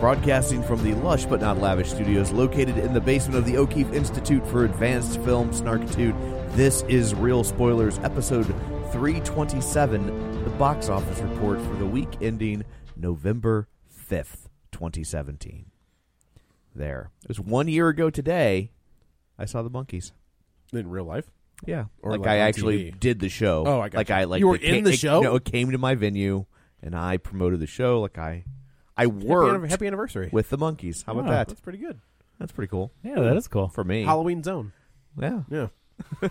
Broadcasting from the lush but not lavish studios located in the basement of the O'Keefe Institute for Advanced Film Snarkitude, this is Real Spoilers, episode 327, the box office report for the week ending November 5th, 2017. There. It was one year ago today, I saw the monkeys. In real life? Yeah. Or like, like I on actually TV. did the show. Oh, I gotcha. Like I like You were it ca- in the it- show? No, it came to my venue and I promoted the show. Like I I worked Happy, Oh, happy anniversary. with the monkeys. How about Wow, that? That's pretty good. That's pretty cool Yeah, that is cool. for me. Halloween Zone. yeah. Yeah.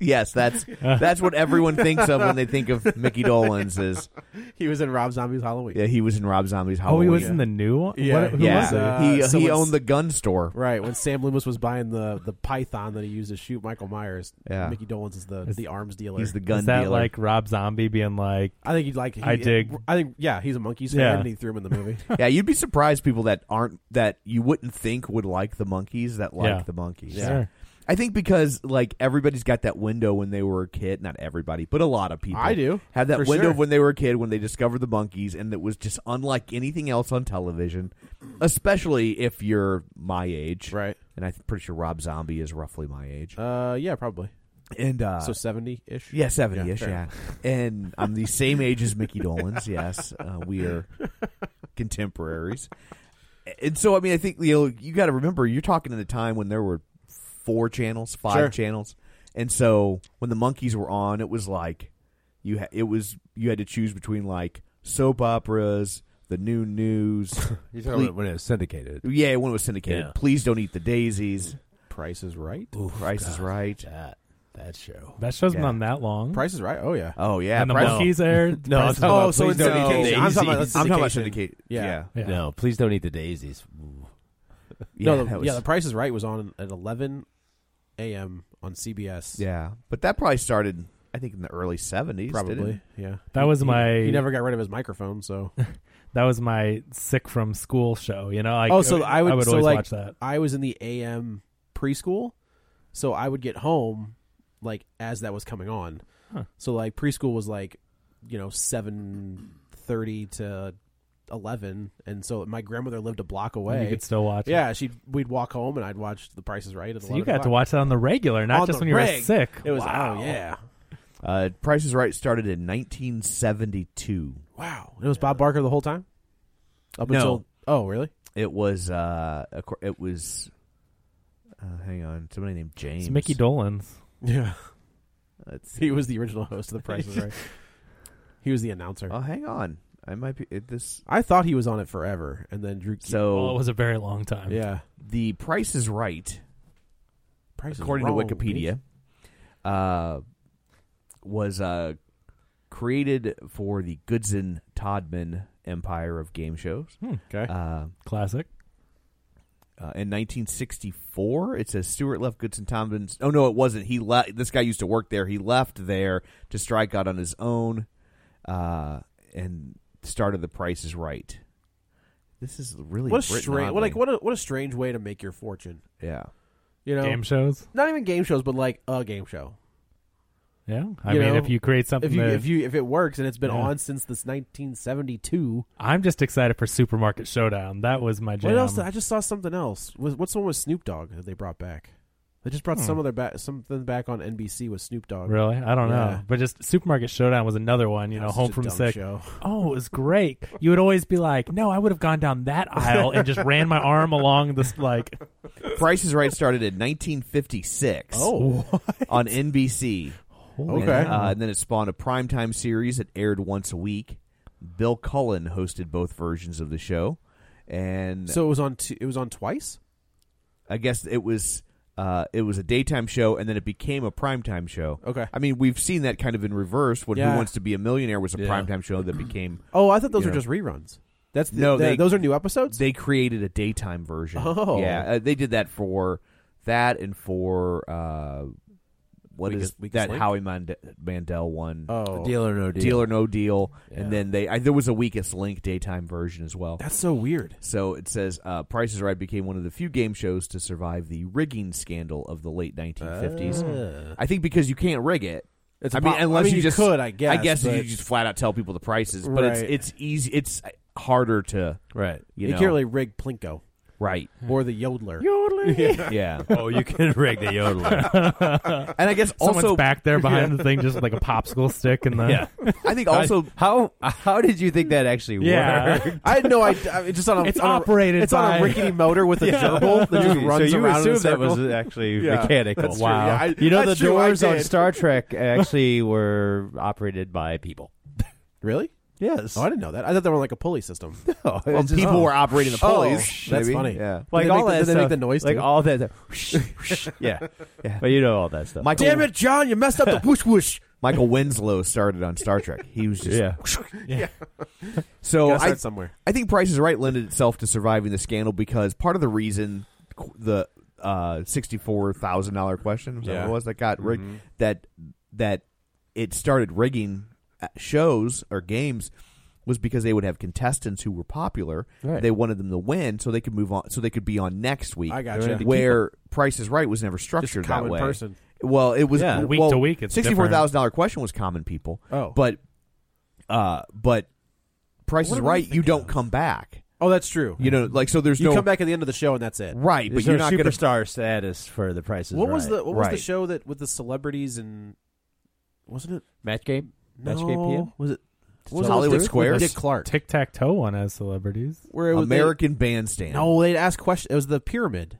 Yes, that's that's what everyone thinks of when they think of Mickey Dolenz. Is He was in Rob Zombie's Halloween. yeah, he was in Rob Zombie's Oh, he Halloween. was in the new one. Yeah. What- who yeah, was it? Uh, he so he it's- owned the gun store. Right, when Sam Loomis was buying the, the python that he used to shoot Michael Myers, Yeah. Mickey Dolenz is the, the arms dealer. He's the gun Is that dealer. like Rob Zombie being like, I think he'd like. He, I dig. I think yeah, he's a monkey's fan, Yeah. and he threw him in the movie. yeah, you'd be surprised people that aren't that you wouldn't think would like the monkeys that like Yeah. the monkeys. Sure. I think because like everybody's got that window when they were a kid. Not everybody, but a lot of people. I do, have that for window sure. of when they were a kid when they discovered the monkeys, and it was just unlike anything else on television. Especially if you're my age, Right. And I'm pretty sure Rob Zombie is roughly my age. Uh, yeah, probably. and uh, So seventy ish. yeah, seventy ish. fair. Yeah, and I'm the same age as Mickey Dolenz. Yes, uh, we are contemporaries. And so, I mean, I think you know, you got to remember you're talking at a time when there were four channels, five Sure. channels, and so when the monkeys were on, it was like you ha- it was you had to choose between like soap operas, the new news. You're talking about when it was syndicated. yeah, when it was syndicated. Yeah. Please don't eat the daisies. Price is Right. Price is right. That that show. that show's been Yeah. on that long. Price is Right. Oh yeah. Oh yeah, and the Price- monkeys aired. No, Price it's is all- Right. Oh, so it's syndication. I'm talking about- that's I'm talking about syndication. syndicate. Yeah. Yeah. No, please don't eat the daisies. no, Yeah, the, that was- yeah. The Price is Right was on at 11 a.m. on CBS. yeah, but that probably started, I think, in the early seventies. probably. Yeah, That was He- my- He never got rid of his microphone, so. That was my sick from school show. You know, like, oh, so I would, so always like, watch that. I was in the AM preschool, so I would get home like as that was coming on. Huh. So like preschool was like, you know, seven thirty to eleven, and so my grandmother lived a block away. You could still watch. it. yeah, she we'd walk home and I'd watch The Price is Right. At So 11 you got to o'clock. watch that on the regular, not On just the when you were reg. sick. It was wow. oh yeah, Uh, Price is Right started in 1972. wow. It was Bob Barker the whole time. Up No. until oh really? It was, uh, of cour- it was. Uh, hang on, somebody named James. It's Mickey Dolenz. Yeah, Let's see. he was the original host of The Price is Right. He was the announcer. Oh, hang on. I might be it, this. I thought he was on it forever, and then Drew. So Well, it was a very long time. yeah, the Price is Right, Price is according wrong, to Wikipedia, uh, was uh, created for the Goodson Todman Empire of game shows. Hmm. Okay. Uh, Classic. Uh, in 1964. It says Stewart left Goodson Tompkins. Oh no, it wasn't. He left. This guy used to work there. He left there to strike out on his own, uh, and started The Price Is Right. This is really what a Brit strange, Notley. what, like what a what a strange way to make your fortune. Yeah. You know, Game shows? Not even game shows, but like a game show. Yeah, I mean, if you create something if you, that- if you if it works, and it's been Yeah. on since this 1972. I'm just excited for Supermarket Showdown. That was my jam. What else? did- I just saw something else. Was what's the one with Snoop Dogg that they brought back? They just brought Hmm. some of their back something back on NBC with Snoop Dogg. Really? I don't Yeah. know. But just Supermarket Showdown was another one, you know, was Home such a from dumb Sick. show. Oh, it was great. You would always be like, no, I would have gone down that aisle and just ran my arm along this, like, Price is Right started in 1956. Oh. on NBC. Holy And, Okay. uh, and then it spawned a primetime series that aired once a week. Bill Cullen hosted both versions of the show, and So it was on t- it was on twice. I guess it was uh, it was a daytime show, and then it became a primetime show. Okay. I mean we've seen that kind of in reverse. When Yeah. Who Wants to Be a Millionaire was a Yeah. primetime show that became. Oh, I thought those you were know, just reruns. That's the, no, the- they- those are new episodes. They created a daytime version. Oh. yeah, uh, they did that for that and for uh, what is Weakest- Weakest that Link? Howie Mande- Mandel one? Oh. Deal or No Deal. Deal or No Deal, Yeah. and then they I, there was a Weakest Link daytime version as well. That's so weird. So it says uh, Price is Right became one of the few game shows to survive the rigging scandal of the late 1950s. Ah. I think because you can't rig it. It's I mean, po- I unless mean, you you just could, I I guess, guess you but- just flat out tell people the prices, but Right. it's it's easy. It's harder to Right. You, You, know, can't really rig Plinko right. or the Yodeler. Yeah, Oh, you can rig the yodeler. and I guess someone's also back there behind the thing, just with, like a popsicle stick. And the, yeah. I think also How how did you think that actually Yeah. worked? I had no idea. I mean, It's just on a, It's on a- operated It's on by- a rickety motor with a gerbil that just You- runs so you around. in a assumed that circle. was actually Yeah, mechanical. that's true. wow. Yeah, I- you know the that's true, I doors on did. Star Trek actually were operated by people. really. Yes. Oh, I didn't know that. I thought they were like a pulley system. No, well, it's just- people were operating the Oh, pulleys. that's maybe. funny. Yeah. like Did they all make that the- did they stuff, make the noise, like too? all that, yeah. but you know all that stuff. Michael, Damn it, John! You messed up the whoosh whoosh. Michael Winslow started on Star Trek. He was just yeah, so Gotta I, start somewhere. I think Price is Right lended itself to surviving the scandal because part of the reason qu- the uh, sixty-four thousand dollar question was that what Yeah. Mm-hmm. it was that got rigged that that it started rigging uh, shows or games was because they would have contestants who were popular. Right. They wanted them to win so they could move on, so they could be on next week. I gotcha. Right. Where Price is Right was never structured that common way. person. Well, it was Yeah. Week well, to week, it's Sixty-four thousand dollar question was common people. Oh. but uh, but Price What is am I Right. You thinking don't of? come back. Oh, that's true. You know, like so. There's you no come back at the end of the show and that's it. right, but There's you're no not going to. superstar status for the prices. What was the Right. What was the right. show that with the celebrities and wasn't it? match game? Match no, game PM. was it? What was it Hollywood with Dick- Squares? Dick Clark. Tic tac toe one as celebrities. Where it was American Bandstand. They, no, they'd ask questions. It was the pyramid.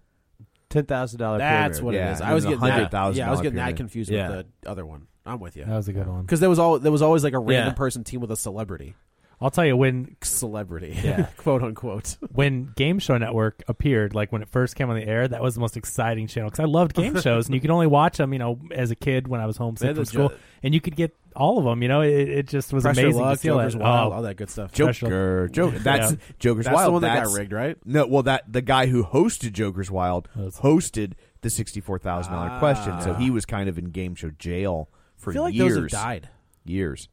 Ten thousand dollar. That's what Yeah, it is. and I was the getting that. $100,000 Yeah, I was getting pyramid. that confused Yeah. with the other one. I'm with you. That was a good one. Because there was all there was always like a random Yeah. person team with a celebrity, I'll tell you when celebrity, Yeah. quote unquote. when Game Show Network appeared, like when it first came on the air, that was the most exciting channel because I loved game shows and you could only watch them, you know, as a kid when I was homesick Man, from the school, ju- and you could get all of them. You know, it, it just was Pressure amazing luck, to see all that. Joker's wild, Oh, all that good stuff. Special. Joker, Joker. That's Yeah. Joker's That's Wild. the one that That's, got rigged, right? No, well, that the guy who hosted Joker's Wild That's- hosted the sixty-four thousand dollar question, so he was kind of in game show jail for Ah. I feel like years. those have died. Years.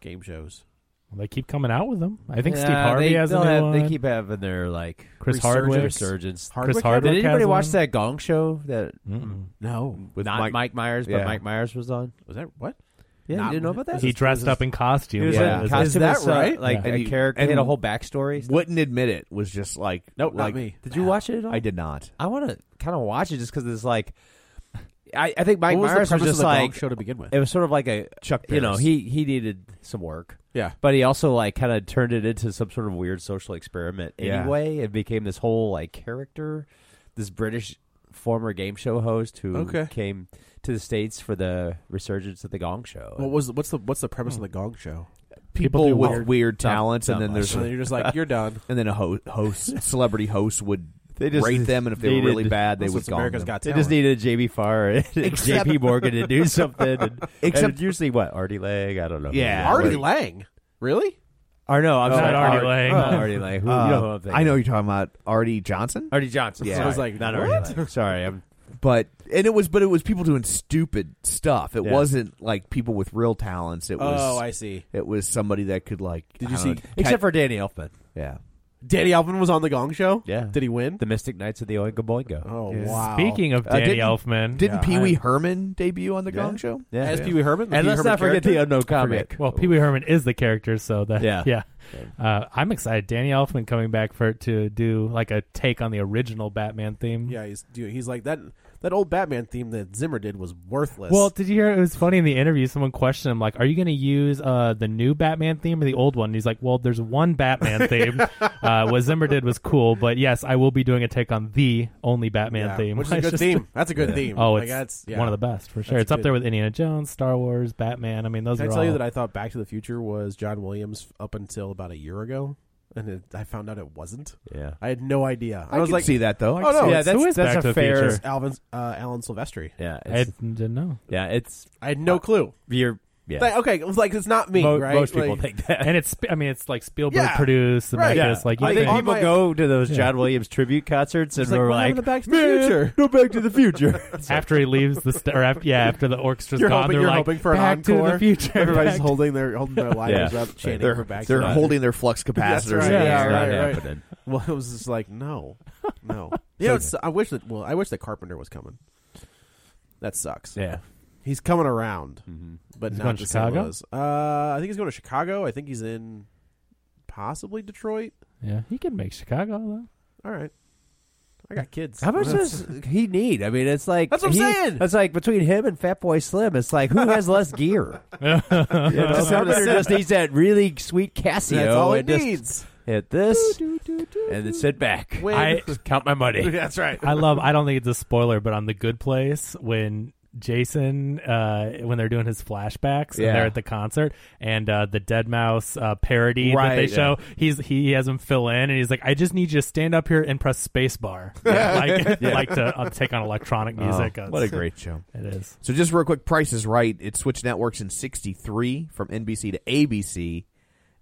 Game shows. they keep coming out with them. I think Yeah, Steve Harvey they, has a they'll new have- one. They keep having their like Chris resurgence- Hardwick. resurgence. Hardwick Chris had Hardwick one? Did anybody has watch one? that Gong Show that Mm-mm. No, With not Mike- Mike, Myers, but yeah. Mike Myers was on? was that what? Yeah, Not- you didn't know about that. he dressed up in costume. He was Yeah. in Is costume that- Is as, that uh, right? Like Yeah. a And he- character. and- he had a whole backstory. Wouldn't admit it. Was just like Nope, not like- me. Did you watch it at all? I did not. I want to kind of watch it just because it's like, I, I think Mike what was Myers the was premise just of the like dog show to begin with? it was sort of like a Chuck You know, Barris. he he needed some work. Yeah. but he also like kind of turned it into some sort of weird social experiment. Yeah. Anyway, it became this whole like character, this British former game show host who Okay. came to the states for the resurgence of the Gong Show. What was what's the what's the premise of the Gong Show? People People, do with weird- weird, talents, and then there's So then you're just like you're done. and then a ho- host, celebrity host would They just rate them, and if they were needed- really bad, they That's would what's gong America's them. Got They Talent. just needed JB Farr and Except- JP Morgan to do something. And, Except- and usually what Artie Lang? I don't know. who Yeah. it was. Artie Lang. Really? Or no, I'm Oh, sorry, not Artie Lang. not Artie Lang. Who, you know who I'm Uh, thinking. I know you're talking about Artie Johnson, Artie Johnson. Yeah. Sorry. I was like, not what? Artie Lang. Sorry, I'm but and it was but it was people doing stupid stuff. It Yeah. wasn't like people with real talents. It was Oh, I see. it was somebody that could like Did I you don't see- know, except for Danny Elfman. yeah Danny Elfman was on the Gong Show. Yeah. Did he win? The Mystic Knights of the Oingo Boingo. Oh wow. Speaking of Uh, Danny didn't- Elfman, didn't Yeah, Pee Wee I- Herman debut on the Gong Show? Yeah. As Pee Wee Herman, the And Pee let's Herman not forget character? the unknown I comic. forget. Oh. Well, Pee Wee Herman is the character, so that Yeah. yeah, Uh, I'm excited. Danny Elfman coming back for to do like a take on the original Batman theme. Yeah, he's dude, he's like that that old Batman theme that Zimmer did was worthless. Well, did you hear? It was funny in the interview. Someone questioned him, like, "Are you going to use uh, the new Batman theme or the old one?" And he's like, "Well, there's one Batman theme. uh, what Zimmer did was cool, but yes, I will be doing a take on the only Batman Yeah, theme, which is a It's good just- theme. That's a good theme. Oh, Like, it's that's- yeah. one of the best for sure. That's it's up good. there with Indiana Jones, Star Wars, Batman. I mean, those Can I are tell all. you that I thought Back to the Future was John Williams up until about a year ago, and it, I found out it wasn't. Yeah. I had no idea. I, I was can like, see that, though. I oh can no, see that. it's- That's- Who is that's Back a to the fair- Future? it's Alvin's uh, Alan Silvestri. Yeah. I It's, didn't know. yeah. It's I had no clue. you're. Yeah. Like, okay, it was like it's not me, Mo- right? Most people Like, think that. And it's, I mean, it's like Spielberg Yeah, produced and right. like Yeah. this. Like, you I think all think- people my- go to those John Williams tribute concerts and like, we're what like, happened to Back to the Future?" no Back to the Future. after he leaves the st- or after yeah after the orchestra's You're gone hoping, they're you're like hoping for an back encore. to the future Everybody's back to-" holding their holding their lighters Yeah. up, chanting They're, for back. to they're the Future. holding their flux capacitors. right. Yeah, in there. yeah, right, It's not right. happening. Well, it was just like no, no. You know, it's, I wish that. Well, I wish that Carpenter was coming. That sucks. Yeah. He's coming around, but Mm-hmm. He's not going to to St. Chicago? Louis. Uh, I think he's going to Chicago. I think he's in possibly Detroit. yeah he can make Chicago though All right, I got kids. How much does he need? I mean, it's like That's what I'm he- saying! It's like between him and Fatboy Slim, it's like who has less gear? you know, Carpenter just needs that really sweet Casio. That's all it and just needs. Hit this and then sit back. Win. I count my money That's right. I love I don't think it's a spoiler but on the Good Place when Jason uh when they're doing his flashbacks Yeah. and they're at the concert and uh the Dead Mouse uh parody that they Right, show he's he has him fill in and he's like I just need you to stand up here and press space bar like like to uh, take on electronic Oh, music Uh, what a great show! it is So just real quick, Price is Right. It switched networks in '63 from NBC to ABC,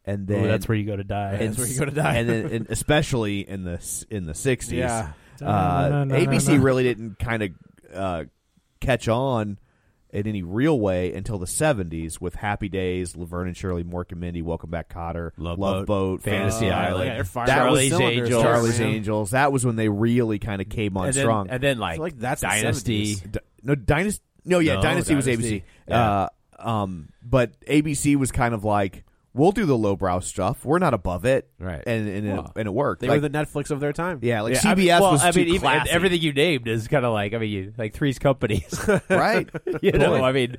and then Ooh, that's where you go to die and- and then and especially in the s- in the '60s, Yeah. uh, Da-na-na-na-na. ABC really didn't kind of uh, catch on in any real way until the '70s with Happy Days, Laverne and Shirley, Mork and Mindy, Welcome Back, Cotter, Love Boat, Boat, Fantasy Uh, Island, yeah, they're firing That all was Charlie's cylinders, Angels, Charlie's man. Angels. That was when they really kind of came on and then, strong. and then like, feel like that's the Dynasty. 70s. D- no dynasty. No, yeah, No, dynasty, was ABC. Dynasty. Yeah. Uh, um, but ABC was kind of like, we'll do the lowbrow stuff. We're not above it, Right. And and, it, Wow. and it worked. They Like- were the Netflix of their time. yeah, like Yeah, CBS I mean, well, was I too mean, even- classy, everything you named is kind of like I mean, you, like Three's Companies, right? you know, I mean,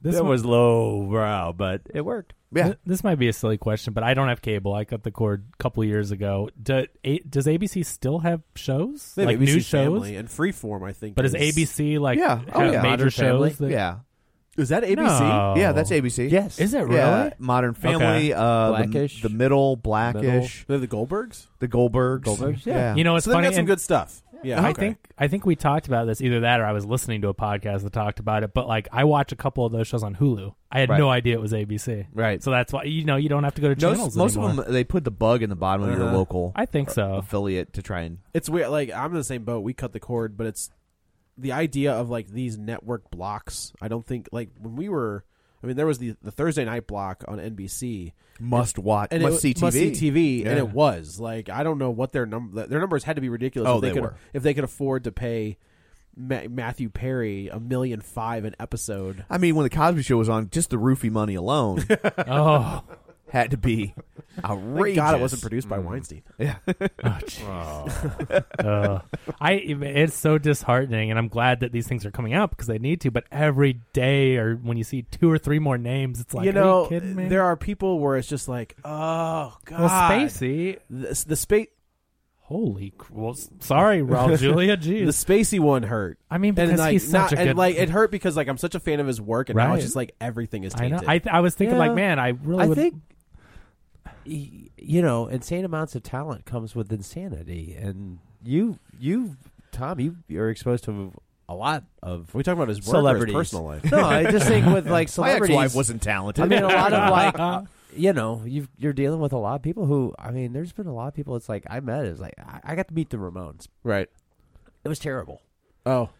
This that one- was low brow, but it worked. Yeah, Th- This might be a silly question, but I don't have cable. I cut the cord a couple years ago. Do, a, does ABC still have shows? They have like ABC new shows? Family and Freeform. I think, But is is- ABC like yeah. Oh, have yeah. major Modern Family. shows? That, yeah, is that ABC? No. yeah, that's ABC. Yes, Is it really? Yeah, Modern Okay. Family, uh, the- Blackish. the, middle, Blackish, They're the Goldbergs. the Goldbergs. Goldbergs, yeah. You know, it's So they funny. got some and- good stuff. Yeah, I okay. think I think we talked about this either that or I was listening to a podcast that talked about it. But like, I watch a couple of those shows on Hulu. I had Right. no idea it was ABC. Right. So that's why you know you don't have to go to Most- channels most anymore. of them, they put the bug in the bottom of your Uh-huh. local I think so. affiliate to try and It's weird. Like I'm in the same boat. We cut the cord, but it's the idea of like these network blocks. I don't think like when we were. I mean, there was the the Thursday night block on NBC, must watch, and must it, see TV, must see TV, and Yeah. it was like I don't know what their number their numbers had to be ridiculous. Oh, if they, they could were. if they could afford to pay Ma- Matthew Perry a million five an episode. I mean, when the Cosby Show was on, just the roofie money alone oh, had to be Thank outrageous. God it wasn't produced by Weinstein. Mm. Oh, jeez. Ugh. I it's so disheartening, and I'm glad that these things are coming out because they need to. But every day, or when you see two or three more names, it's like, you know, are you kidding me? there are people where it's just like, oh God, well, Spacey. The, the space, Holy, cr- well, s- sorry, Raul Julia. the Jeez, Spacey one hurt. I mean, and because like, he's such not- a good. and like it hurt because like I'm such a fan of his work, and now Right. it's just like everything is I know. tainted. I, th- I was thinking, Yeah. like, man, I really. I would, think y- you know, insane amounts of talent comes with insanity, and you, you, Tom, you you're exposed to a lot of Are we talking about his work celebrities. or his personal life? No, I just think with like My celebrities. ex-wife wasn't talented. I mean, a lot of like, uh, you know, you've, you're dealing with a lot of people who, I mean, there's been a lot of people. It's like I met is like I, I got to meet the Ramones. right. It was terrible. Oh,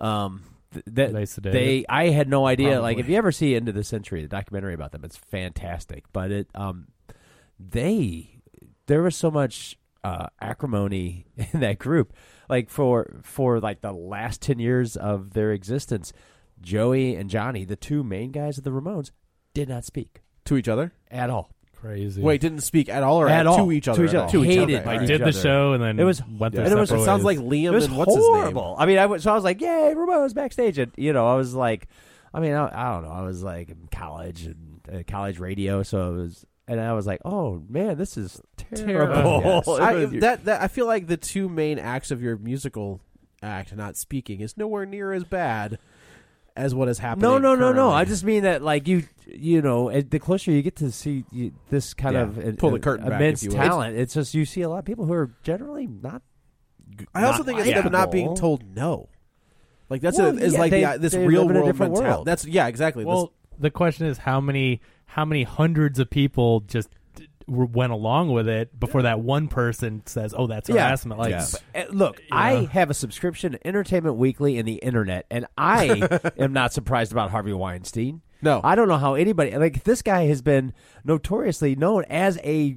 Um, th- that They sedated. they, I had no idea. Like, Probably. if you ever see Into the Century, the documentary about them, it's fantastic. But it, um, they there was so much uh, acrimony in that group. Like for for like the last ten years of their existence, Joey and Johnny, the two main guys of the Ramones, did not speak to each other at all. Crazy. Wait, didn't speak at all or At at all. to each other? To each at other. all? Hated All by right. each Did the other. show and then It was- went their And it was- separate sounds ways. like Liam It was and what's horrible. I mean, I was, so I was like, "Yay, Ramones backstage!" And you know, I was like, I mean, I, I don't know, I was like in college and uh, college radio, so it was, and I was like, "Oh man, this is terrible." Yes. I, It was- that, that I feel like the two main acts of your musical act, not speaking, is nowhere near as bad as what is happening. no, no, no, no. currently. I just mean that, like you, you know, it, the closer you get to see you, this kind Yeah. of uh, Pull the uh, curtain back, if immense you will. talent, it's just you see a lot of people who are generally not. I also not think it's them not being likable. told no. Like that's Well, a, is yeah, like they- the, this they real live in a world different mentality. world. That's yeah, exactly. Well, the question is how many how many hundreds of people just d- were- went along with it before that one person says, "Oh, that's harassment." Like, But, uh, look, I have a subscription to Entertainment Weekly and the internet, and I am not surprised about Harvey Weinstein. No, I don't know how anybody like this guy has been notoriously known as a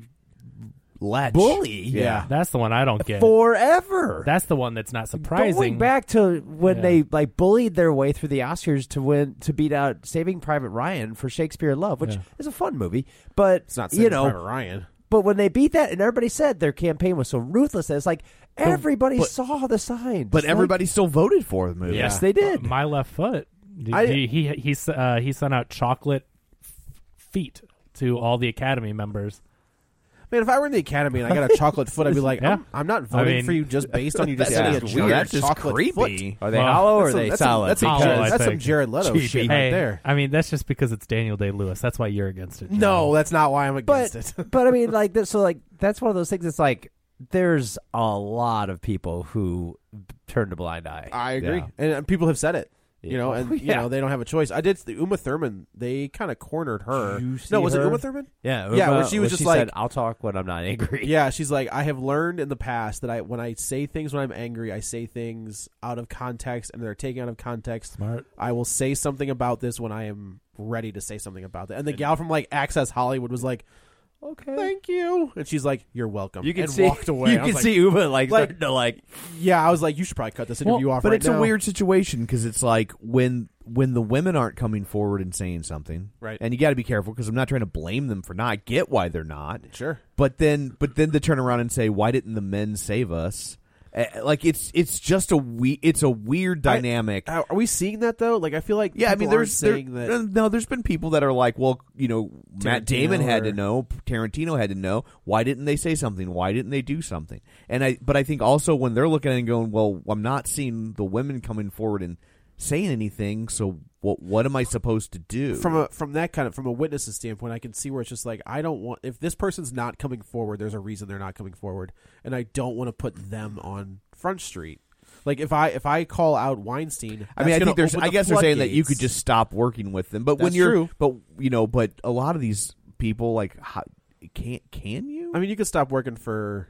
lech. bully. that's the one I don't get. forever. That's the one that's not surprising. Going back to when Yeah. they like bullied their way through the Oscars to win to beat out Saving Private Ryan for Shakespeare in Love, which Yeah. is a fun movie, but it's not you know Private Ryan. But when they beat that, and everybody said their campaign was so ruthless, that it's like everybody but- saw the sign. But everybody still voted for the movie. yes, they did. My left foot. He I- he he he, s- uh, he sent out chocolate f- feet to all the Academy members. Man, if I were in the academy and I got a chocolate foot, I'd be like, Yeah. I'm, I'm not I voting mean- for you just based on you just That's getting a just giant weird. That's just chocolate creepy. foot. Are they hollow or are That's some- they that's some- solid? That's some, Hollow, I Jared, that's some think. Jared Leto shit Hey, right there. I mean, that's just because it's Daniel Day Lewis. That's why you're against it. No, that's not why I'm but against it. but I mean, like that. So like that's one of those things. It's like there's a lot of people who turned a blind eye. I agree, Yeah. and, and people have said it. You know, and you Yeah. know they don't have a choice. I did the Uma Thurman. They kind of cornered her. You no, see was it her? Uma Thurman? Yeah, yeah. Uma- Where she was when just she like, said, "I'll talk when I'm not angry." Yeah, she's like, I have learned in the past that I when I say things when I'm angry, I say things out of context, and they're taken out of context. Smart. I will say something about this when I am ready to say something about that. And the gal from like Access Hollywood was like, Okay, thank you, and she's like, You're welcome. You can and see- walked away. you I can was like, see Uma, like, like- starting to, like- yeah. I was like, you should probably cut this Well, interview off. but right it's a now." weird situation because it's like when when the women aren't coming forward and saying something, Right. And you got to be careful because I'm not trying to blame them for not. I get why they're not, Sure. But then, but then to turn around and say, why didn't the men save us? Eh, Like it's it's just a we it's a weird I- dynamic. Are we seeing that though? Like I feel like yeah, I people mean, aren't there's there- saying that. no, there's been people that are like, well, you know, Matt Tarantino Damon had to or- know, Tarantino had to know. Why didn't they say something? Why didn't they do something? And I, but I think also when they're looking at it and going, well, I'm not seeing the women coming forward and saying anything. So what? What am I supposed to do? from a from that kind of from a witness's standpoint, I can see where it's just like I don't want if this person's not coming forward, there's a reason they're not coming forward, and I don't want to put them on front street. Like if I if I call out Weinstein, I mean, I that's gonna think there's. open I the guess they're saying that you floodgates. could just stop working with them, but when That's you're, true. but you know, but a lot of these people, like, how, can can you? I mean, you could stop working for.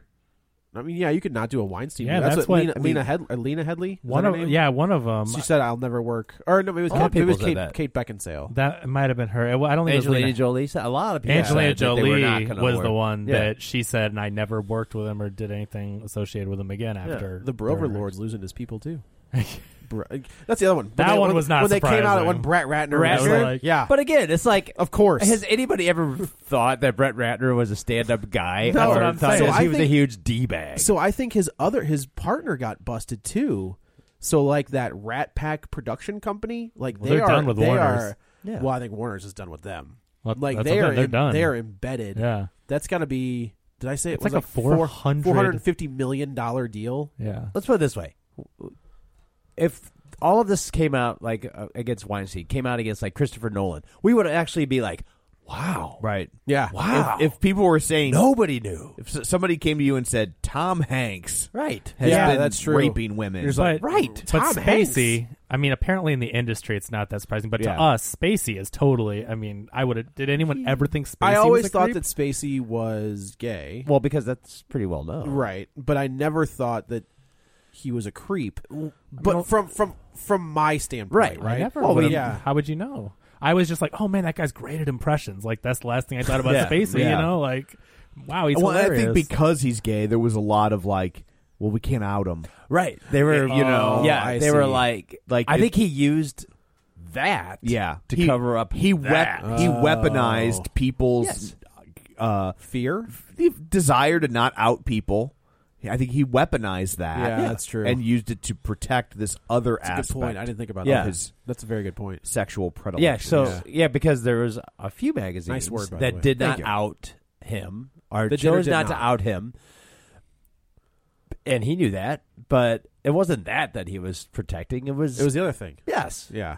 I mean, yeah, you could not do a Weinstein. Yeah, movie. that's what what- Lena, I mean- Lena, Head, or Lena Headley. is One that her of- name? yeah, one of 'em. She said, "I'll never work." Or no, it was A lot Kate, of it was people said Kate, that. Kate Beckinsale. That might have been her. Well, I don't think Angelina it was Lena. Jolie. said- A lot of people. Angelina said that they were not Jolie gonna was work. the one Yeah. that she said, and I never worked with him or did anything associated with him again after the Burger. Brover Lord's losing his people too. Bro- That's the other one. When That they- one when- was not when they came out surprising. when Brett Ratner. Brett was Ratner? like- yeah, But again, it's like, of course, has anybody ever thought that Brett Ratner was a stand-up No, guy? or that's what I'm says saying. So I he was a think- huge d-bag. So I think his other his partner got busted too. So like that Rat Pack production company, like Well, they they're are done with they Warner's. are. Yeah. Well, I think Warner's is done with them. Well, like that's okay, they are they're em- done. they are embedded. Yeah. that's gotta be. Did I say It's it was like a four 400 four hundred fifty million dollar deal? Yeah. let's put it this way: if all of this came out like uh, against Weinstein, came out against like Christopher Nolan, we would actually be like, "Wow, right? Yeah, wow, If, if people were saying nobody knew." If s- somebody came to you and said Tom Hanks Right. has Yeah, been that's true. raping women, There's But, right, but Tom Hanks. Spacey. I mean, apparently in the industry, it's not that surprising. But Yeah. to us, Spacey is totally. I mean, I would. have Did anyone ever think Spacey? I always was a thought creep? that Spacey was gay, well, because that's pretty well known, right? But I never thought that he was a creep. But from from from my standpoint, Right, right? I I never. Well, would have- yeah. How would you know? I was just like, oh man, that guy's great at impressions. Like that's the last thing I thought about Yeah, Spacey. yeah. You know, like Wow, he's well, I hilarious. think because he's gay, there was a lot of like, well, we can't out him. Right. They were, you Oh, know, yeah, I they were see. like, like I it- think he used that, yeah, to He- cover up. He that. wep- he Oh. weaponized people's uh, fear, desire to not out people. I think he weaponized that. Yeah, that's true. and used it to protect this other a good aspect. point. I didn't think about of that. His That's a very good point. sexual predilection. Yeah, so yeah. because there was a few magazines Nice word, by the way. that did not Thank you. out him or That did or chose did not, not. to out him, and he knew that. But it wasn't that that he was protecting. It was It was Hmm. the other thing. Yes. Yeah.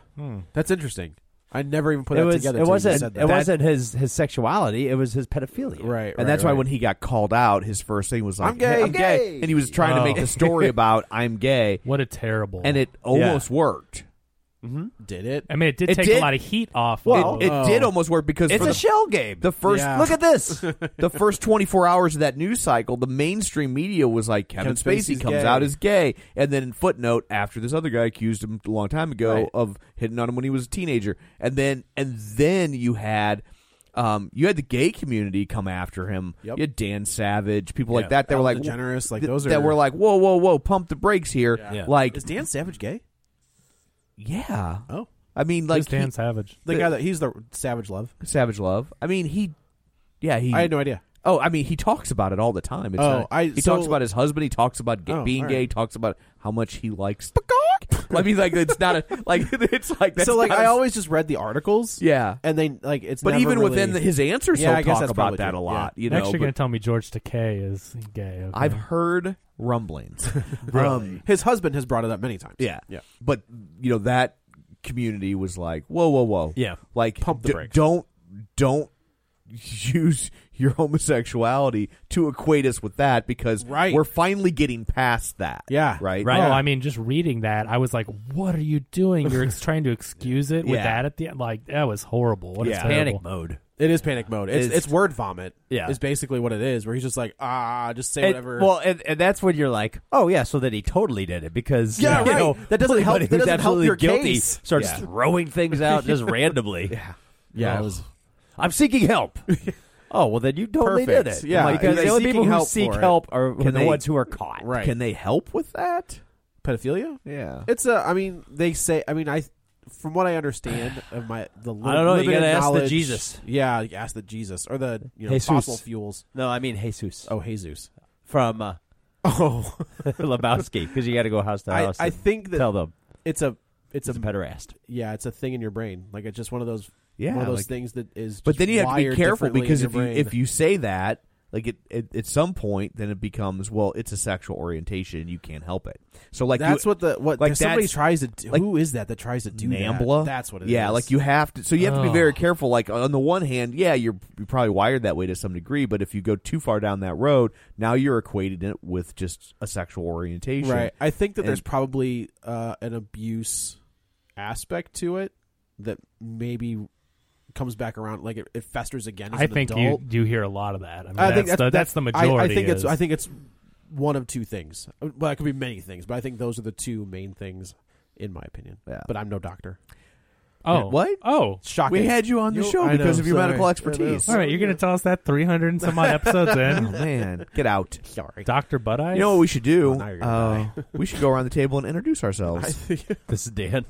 That's interesting. I never even put it that was, together. It till you wasn't. said that. It wasn't his his sexuality. It was his pedophilia. Right. and that's why when he got called out, his first thing was like, I'm gay, "Hey, I'm gay." and he was trying Oh. to make a story about I'm gay, What a terrible. and it almost worked. Did it? I mean, it did It take did. a lot of heat off. Well, of it, him. oh. did almost work because it's for a the, shell game. the first Yeah. look at this, the first twenty four hours of that news cycle, the mainstream media was like Kevin Kevin Spacey's Spacey comes gay. out as gay, and then footnote after this other guy accused him a long time ago Right. of hitting on him when he was a teenager, and then and then you had. Um, you had the gay community come after him. Yep. You had Dan Savage, people Yeah, like that. They were Ellen like DeGeneres, like, th- those are- that were like, whoa, whoa, whoa, pump the brakes here. Yeah. Like, Is Dan Savage gay? yeah. Oh, I mean, like Who's Dan he- Savage. the The- guy that he's the Savage Love. Savage Love. I mean, he, yeah, he. I had no idea. Oh, I mean, he talks about it all the time. It's Oh, not- I- he so- talks about his husband. He talks about ga- Oh, being all gay. right. He talks about how much he likes. I mean, like it's not a like it's like that's so like not a- I always just read the articles. yeah. and they like it's. But never even really- within the, his answers, Yeah, I he'll guess talk that's about probably that true. a Yeah. lot. You Next, know, you're but going to tell me George Takei is gay. Okay. I've heard rumblings. Um, his husband has brought it up many times. yeah, yeah. But you know that community was like, whoa, whoa, whoa, Yeah. like Pump the d- brakes. Don't don't use your homosexuality to equate us with that because Right. we're finally getting past that. Yeah. right, Oh, I mean, just reading that, I was like, "What are you doing? You're ex- trying to excuse it with Yeah. that at the end. Like that was horrible. What Yeah. a terrible. panic mode. It is panic mode. It's, it's, It's- word vomit. Yeah. is basically what it is. Where he's just like, ah, just say And- whatever. well, and, and that's when you're like, oh yeah, so then he totally did it because Yeah, you right. know, that doesn't help. Anybody That who's doesn't help absolutely your guilty case. starts Yeah. throwing things out just randomly. yeah, it Oh. was- I'm seeking help. oh well, then you totally Perfect. did it. Yeah, like, because because the only seeking people who help seek for it. help are Can the they- ones who are caught. Right. Can they help with that? pedophilia. Yeah. It's a. I mean, they say. I mean, I. From what I understand of my the li- I don't know, you limited gotta ask the knowledge- Jesus. Yeah, you ask the Jesus or the you know Jesus. fossil fuels. No, I mean Jesus Oh, Jesus. from uh, Oh, Lebowski because you got to go house to I, house. I and think that tell them it's a it's it's a a pederast. yeah, it's a thing in your brain. Like it's just one of those Yeah, one of those like- things that is. But just then you have to be wired careful differently in because your if you brain. if you say that, like it, it at some point, then it becomes well, it's a sexual orientation. You can't help it. So like that's you, what the what like like somebody that's- tries to do, like- who is that that tries to do Nambla. that? That's what it is. yeah, like you have to. So you have to be Oh. very careful. Like on the one hand, yeah, you're, you're probably wired that way to some degree. But if you go too far down that road, now you're equating it with just a sexual orientation. right. I think that there's And- probably uh, an abuse aspect to it that maybe comes back around. Like it, it festers again. As I an think adult. you do hear a lot of that. I mean, I that's, think the, that's the majority. I, I think is- it's I think it's one of two things. Uh, Well, it could be many things, but I think those are the two main things, in my opinion. Yeah. But I'm no doctor. Oh, What? Oh, Shocking. We had you on the You- show I know, because of your sorry. medical I expertise. know. all right. You're gonna tell us that 300 and some odd episodes Oh in, man, get out. Sorry. Doctor Butt Eyes. You know what we should do? Well, now you're gonna Uh, we should go around the table and introduce I ourselves. think- This is Dan.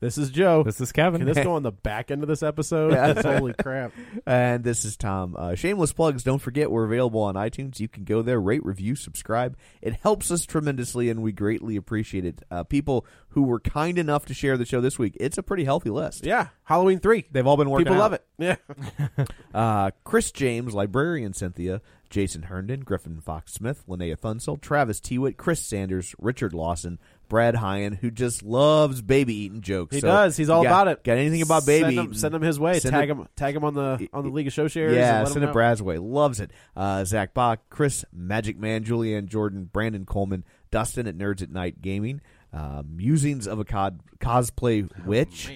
this is Joe. this is Kevin. Can this go on the back end of this episode? Yeah. Holy crap. And this is Tom. Uh, shameless plugs. Don't forget we're available on iTunes. You can go there, rate, review, subscribe. It helps us tremendously, and we greatly appreciate it. Uh, people who were kind enough to share the show this week. It's a pretty healthy list. Yeah. Halloween 3. They've all been working. People love out. it. Yeah. Uh, Chris James, librarian Cynthia, Jason Herndon, Griffin Fox Smith, Linnea Thunsell, Travis Tewitt, Chris Sanders, Richard Lawson, Brad Hyan, who just loves baby eating jokes. He So, does. He's all got- about it. Got anything about baby? Send him, eating, send him his way. send tag it- him. Tag him on the on the League of Show Shares. and Yeah, let him send it know. Brad's way. Loves it. Uh, Zach Bach, Chris, Magic Man, Julianne Jordan, Brandon Coleman, Dustin at Nerds at Night Gaming, uh, Musings of a cod- Cosplay Oh, Witch.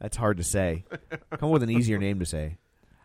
That's hard to say. Come with an easier name to say.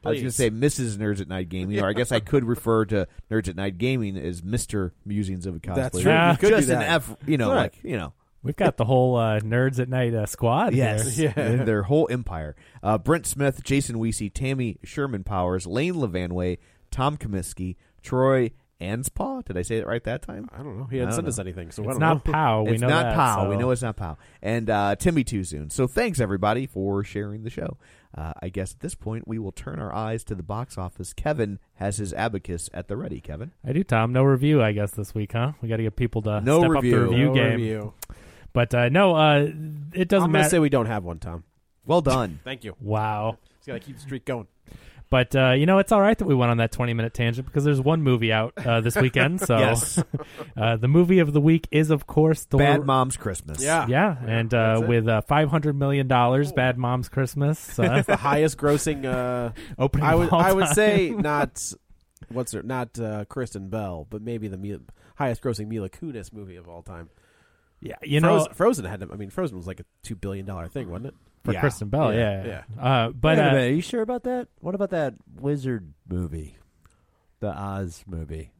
I was going Please. to say Mrs. Nerds at Night Gaming, or I guess I could refer to Nerds at Night Gaming as Mister Musings of a Cosplay. That's Witch. true. Yeah. You could do Just an that. F, you know, Right. like you know. We've got the whole uh, Nerds at Night uh, squad. Yes, here. And their whole empire. Uh, Brent Smith, Jason Weesey, Tammy Sherman Powers, Lane Levanway, Tom Comiskey, Troy Anspaugh. Did I say it right that time? I don't know. He hadn't sent us anything, so I It's don't not know. Pow. We it's know not that, Pow. We so- know it's not Pow. And uh, Timmy too soon. So thanks everybody for sharing the show. Uh, I guess at this point we will turn our eyes to the box office. Kevin has his abacus at the ready. Kevin, I do, Tom. No review, I guess, this week, huh? We got to get people to No step review. up the review No game. review. But uh, no, uh, it doesn't I'm gonna matter. say we don't have one, Tom. Well done. Thank you. Wow. Just gotta keep the streak going. But uh, you know, it's all right that we went on that twenty-minute tangent because there's one movie out uh, this weekend. So Yes. uh, the movie of the week is, of course, the Bad Moms Christmas. Yeah, and uh, with uh, five hundred million Oh. dollars, Bad Moms Christmas. Uh, That's the highest grossing uh, Opening I would of all I would time. say not what's her not uh, Kristen Bell, but maybe the Mila, highest grossing Mila Kunis movie of all time. Yeah, you Frozen, know- Frozen had. I mean, Frozen was like a two billion dollar thing, wasn't it? For Kristen Bell, yeah, yeah. Uh, but Wait a uh, minute, are you sure about that? What about that wizard movie, the Oz movie?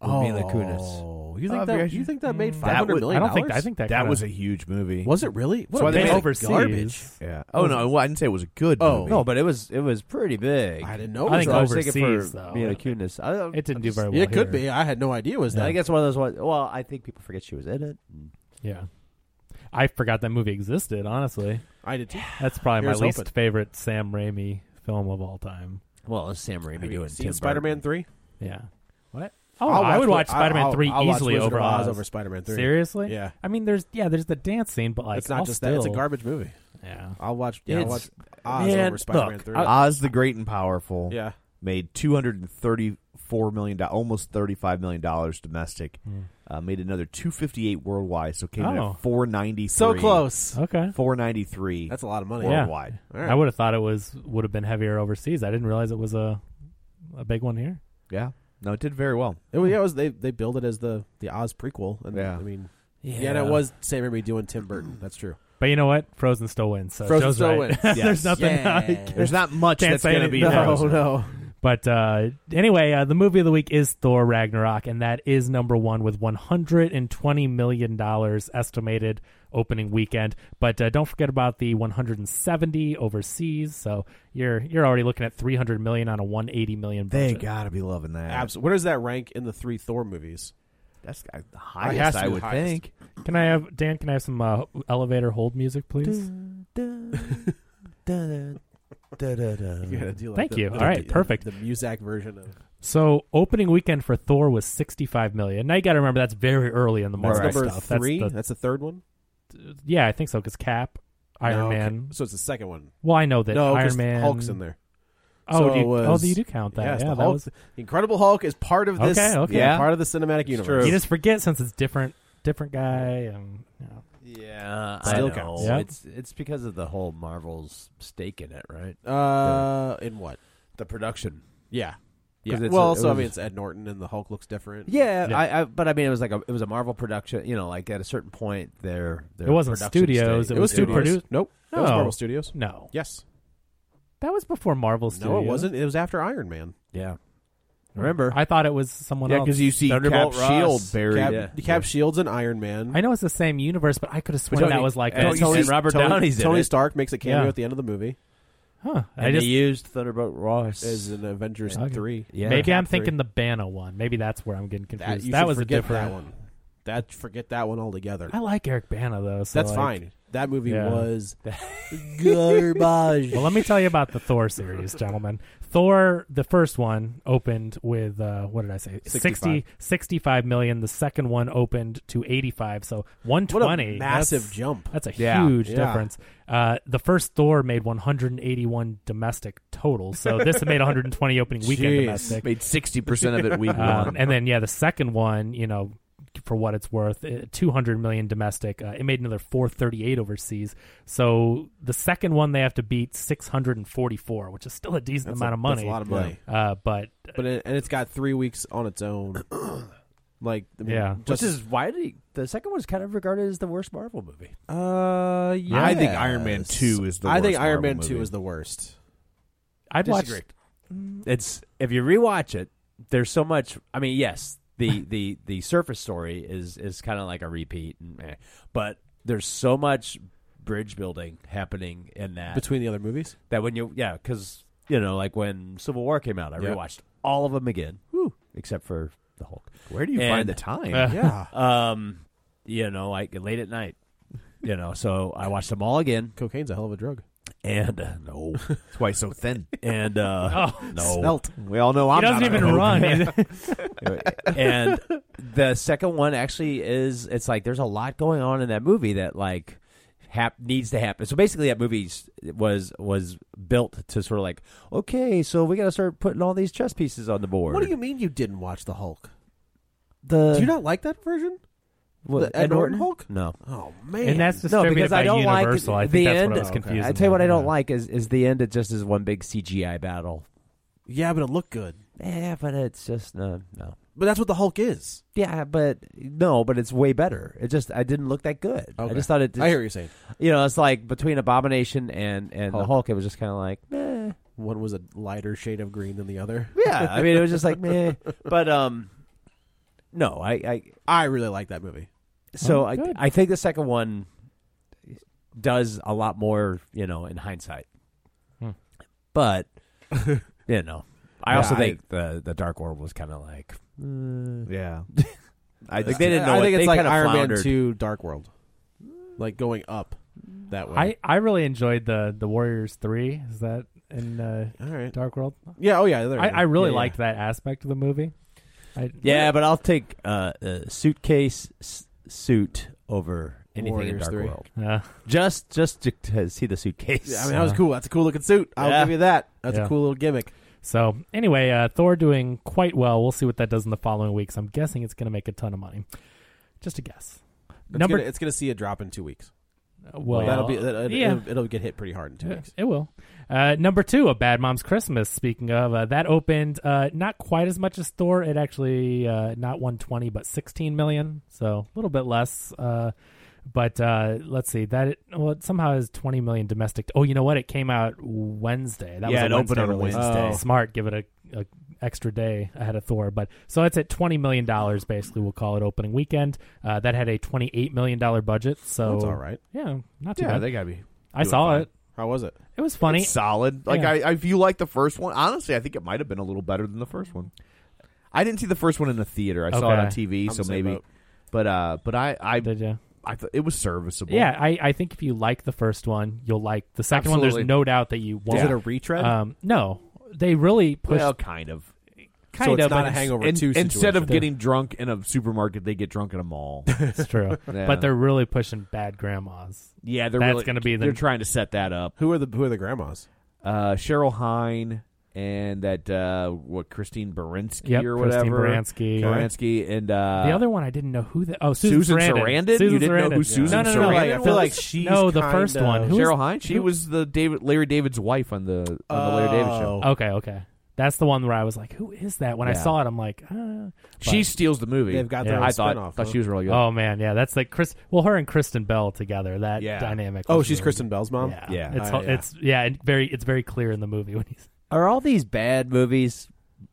with Mila Oh, Kunis. you think Oh, that? gosh. You think that made That five hundred was- million? I don't think- dollars? I think that kinda- was a huge movie. Was it really? That's why they made it overseas. garbage. Yeah. Oh no, well, I didn't say it was a good Oh. movie. No, but it was it was pretty big. I didn't know. I it think was overseas, I was thinking for Mila Kunis. I, it didn't do very well. Yeah, it could here. be. I had no idea. it Was that? I guess one of those ones. Well, I think people forget she was in it. Yeah. I forgot that movie existed, honestly. I did too. That's probably Here's my least hoping. favorite Sam Raimi film of all time. Well, it's Sam Raimi Have you doing seen Tim Spider-Man three? Yeah. What? I'll Oh, I would watch watch- Spider Man I'll- 3 I'll watch easily Wizard over of Oz Oz. over Spider-Man 3. Seriously? Yeah. I mean, there's, yeah, there's the dance scene, but like, it's not I'll just still, that. It's a garbage movie. Yeah. I'll watch. Yeah, I'll watch It's- Oz Man, over Spider-Man look, three. Oz the Great and Powerful. Yeah. Made two hundred and thirty-four million, do- almost thirty-five million dollars domestic. Uh, made another two fifty-eight worldwide, so came in Hmm. Oh. at four ninety-three. So close. Okay. four ninety-three. That's a lot of money. Yeah. worldwide. All right. I would have thought it was would have been heavier overseas. I didn't realize it was a a big one here. Yeah, no, it did very well. It was, yeah, it was, they they billed it as the the Oz prequel. And, Yeah. I mean, Yeah. yeah, and it was Sam Raimi doing Tim Burton. That's true. But you know what? Frozen still wins. So Frozen Uh, Joe's still right. wins. there's nothing. There's not much Can't that's say going to any- be. no, frozen. no. But uh, anyway, uh, the movie of the week is Thor Ragnarok, and that is number one with $120 million estimated opening weekend. But uh, don't forget about the 170 overseas. So you're you're already looking at 300 million on a 180 million They budget. got to be loving that. Absolutely. Where does that rank in the three Thor movies? That's uh, the It highest has to I be the would highest. think. Can I have Dan? Can I have some uh, elevator hold music, please? You gotta do like Thank the- you. the- All right, the- perfect. The Muzak version of So opening weekend for Thor was 65 million. Now you got to remember that's very early in the that's Marvel number stuff. three. That's That's the, the- third one. yeah, I think so. Because Cap, Iron No, okay. Man. So it's the second one. Well, I know that no, 'cause Iron Man Hulk's in there. Oh, So do it you, oh, was- you do count that. Yes, yeah, the that Hulk- was. the Incredible Hulk is part of this. Okay, okay. Yeah. part of the cinematic universe. You just forget since it's different, different guy. And, you know. Yeah, Still I know. counts. Yep. It's it's because of the whole Marvel's stake in it, right? uh, in what? The production. Yeah, 'Cause yeah. it's Well, a- it so I was- mean, it's Ed Norton and the Hulk looks different. Yeah, Yeah. I, I but I mean it was like a it was a Marvel production, you know, like at a certain point their, their It wasn't production studios, stayed- it was two studios. produced. Nope, that was No. Marvel Studios. No, Yes, that was before Marvel Studios. no, it wasn't. It was after Iron Man. Yeah. Remember. I thought it was someone Yeah, else. because you see Cap Thunderbolt Ross. Shield buried. Cap, yeah. Cap Shields and Iron Man. I know it's the same universe, but I could have sworn Tony- that was like and a, Don't you Tony- see- Robert Tony, Downey's in Tony it. Stark makes a cameo Yeah. at the end of the movie Huh? and I just they used Thunderbolt Ross as in Avengers Okay. three. Yeah. maybe I'm Cap three. thinking the Banner one. Maybe that's where I'm getting that confused. you should was a forget different that one. That forget that one altogether. I like Eric Bana though. So That's like- fine. That movie Yeah. was garbage. Well, let me tell you about the Thor series, gentlemen. Thor, the first one, opened with, uh, what did I say? 60, 65. 65 million. The second one opened to 85. So 120. What a massive that's, jump. That's a Yeah. huge Yeah. difference. Uh, the first Thor made 181 domestic total. So this made 120 opening weekend Jeez. domestic. Made sixty percent of it week Um, Uh-huh. one. and then yeah, the second one, you know, for what it's worth, eh, two hundred million domestic. Uh, it made another four thirty eight overseas. So the second one they have to beat six hundred and forty four, which is still a decent That's a- amount of money. That's a lot of money. Uh, but But it, and it's got three weeks on its own. like I mean, Yeah. which just is widely the second one's kind of regarded as the worst Marvel movie. uh, yeah. I think Iron Man 2 is the I think worst Marvel Iron Man two movie. is the worst. I'd watch. It's if you rewatch it, there's so much I mean, yes, the the the surface story is is kind of like a repeat and eh, but there's so much bridge building happening in that Between the other movies, that when you yeah because you know like when Civil War came out, I Yeah. rewatched all of them again. Whew. except for the Hulk. Where do you And- uh, find the time? Yeah. Um, you know, like late at night. You know, so I watched them all again. Cocaine's a hell of a drug. And uh, no, that's why he's so thin. And uh, Oh. no, Svelte. We all know He I'm doesn't not even run. and the second one actually is it's like there's a lot going on in that movie that like hap- needs to happen. So basically, that movie s- was was built to sort of like okay, so we got to start putting all these chess pieces on the board. What do you mean you didn't watch the Hulk? The do you not like that version? What, the Ed, Ed Norton? Norton Hulk? No. Oh man, And that's no, distributed because I by don't Universal. like I think the that's what end. I was confused I tell you what, I about, don't like is is the end. It just is one big CGI battle. Yeah, but it looked good. Yeah, but it's just no, no. But that's what the Hulk is. Yeah, but no, but it's way better. It just I didn't look that good. I Okay. just thought it. I hear what you're saying. You know, it's like between Abomination and and the Hulk, it was just kind of like, meh. One was a lighter shade of green than the other. yeah. I mean, it was just like, meh. But um, no, I I I really like that movie. So Oh, I good. I think the second one does a lot more, you know, in hindsight. Hmm. But you know, I Yeah, also I- think the the Dark Orb was kind of like, eh. yeah. I Like, they didn't know. I what- think they it's like kinda Iron Man floundered. Two: Dark World, like going up that way. I, I really enjoyed the the Warriors Three. Is that in uh, Dark World? Yeah, oh, yeah, there I, it is. I really Yeah, yeah. liked that aspect of the movie. I, Yeah, but I'll take uh, a suitcase s- suit over anything in Warriors Dark 3. World. Yeah. Just just to, to see the suitcase. Yeah, I mean, that Uh, was cool. That's a cool looking suit. I'll Yeah. give you that. That's Uh, Yeah. a cool little gimmick. So anyway, uh, Thor doing quite well. We'll see what that does in the following weeks. I'm guessing it's going to make a ton of money. Just a guess. It's Number gonna, it's gonna see a drop in two weeks. well, that'll be that, uh, it'll, yeah. it'll, it'll get hit pretty hard in two Yeah, weeks. It will. Uh, number two, A Bad Mom's Christmas. Speaking of, uh, that opened uh, not quite as much as Thor. It actually uh, not 120, but 16 million. So a little bit less. Uh, but uh, let's see. That well, it somehow is 20 million domestic. Oh, you know what? It came out Wednesday. That Yeah, was a it opened Wednesday on a release. Wednesday. Oh. Smart. Give it a, a extra day ahead of Thor. But so it's at 20 million dollars. Basically, we'll call it opening weekend. Uh, that had a 28 million dollar budget. So That's all right. Yeah, not too Yeah, bad. they gotta be I doing saw fine. it. How was it? It was funny. It's solid. Like Yeah. I, I, if you like the first one, honestly, I think it might have been a little better than the first one. I didn't see the first one in the theater. I saw it on Okay. TV, I'm so the same maybe. boat. But uh, but I, I Did ya? I th- it was serviceable. Yeah, I, I think if you like the first one, you'll like the second one. Absolutely. There's no doubt that you won't. it a retread? Um, no, they really pushed. well, kind of. kind so it's of. not but a hangover In- two. instead situation. of getting drunk in a supermarket, they get drunk in a mall. It's true, Yeah. but they're really pushing bad grandmas. yeah, they're That's really, gonna be the- they're trying to set that up. who are the who are the grandmas? Uh, Cheryl Hine and that uh, what Christine Baranski Yep, or Christine whatever Baranski. Baranski and uh, The other one I didn't know who the oh Susan Susan, Sarandon? You Susan didn't know Sarandon. who Susan no, no, no, Sarandon like, I feel like was? she's no the first kinda- one. Who was- uh, Cheryl Hine. She who- was the David Larry David's wife on the on the Larry David show. Oh. Okay, okay, that's the one where I was like, who is that? When I Yeah. saw it, I'm like, ah. She steals the movie. They've got their I own thought, spinoff, thought huh? she was really good. Oh man, yeah, that's like Chris. Well, her and Kristen Bell together. That Yeah. dynamic. Oh, was she's really Kristen Bell's mom. Yeah, Yeah. It's Uh, yeah. it's yeah, and very it's very clear in the movie when he's Are all these bad movies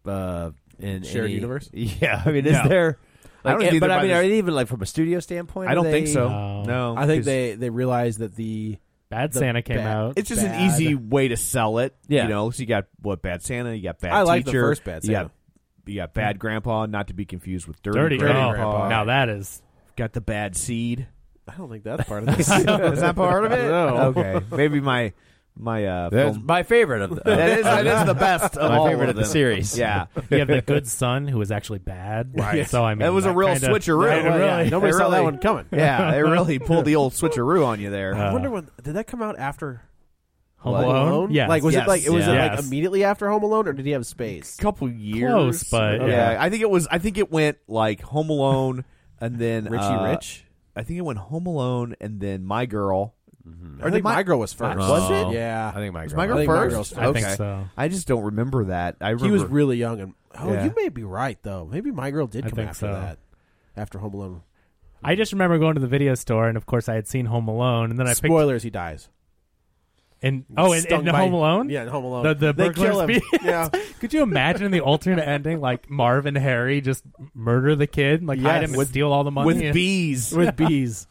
uh, in Shared any- universe? Yeah, I mean, is No. there? I don't like, think but they're I by mean, this- are they even like from a studio standpoint? I don't are think they- so. No. No, I think 'cause they they realized that the Bad The Santa came bad- out. It's just an Bad. easy way to sell it. Yeah. you know. So you got what bad Santa, you got bad. I liked the teacher, first Bad You got, Santa. you got uh, bad grandpa, not to be confused with dirty, dirty, grandpa. grandpa. Now that is got the bad seed. I don't think that's part of this. Is that part of it? No. Okay, maybe my my uh, film- my favorite of the, that is that is the best of my all favorite of of the them. series. Yeah, you have the good son who is actually bad. Right. So I mean that was a real kinda- switcheroo. Yeah, Yeah, really. Nobody they saw that really- one coming. Yeah, they really pulled the old switcheroo on you there. I wonder when did that come out after Uh, Home What? Alone. Yes. Like was Yes. it like it was it Yes. like immediately after Home Alone or did he have space? couple years, Close, but, yeah. yeah. I think it was. I think it went like Home Alone, and then Richie uh, Rich? I think it went Home Alone, and then My Girl. Or I think my, girl was first. Was it? Yeah. I think my Was girl. My Girl I think My first? Girl's first. I think Okay. so. I just don't remember that. I remember He was really young and oh, Yeah. you may be right though. Maybe my girl did I come think after so. that. After Home Alone. I just remember going to the video store and of course I had seen Home Alone and then I picked Spoilers, he dies. and oh and, Stung and by- Home Alone? Yeah, in Home Alone. The, the they burglar kill him. speed. yeah. Could you imagine the alternate ending, like Marv and Harry just murder the kid, like Yes. hide him and With- steal all the money with and- bees. with bees?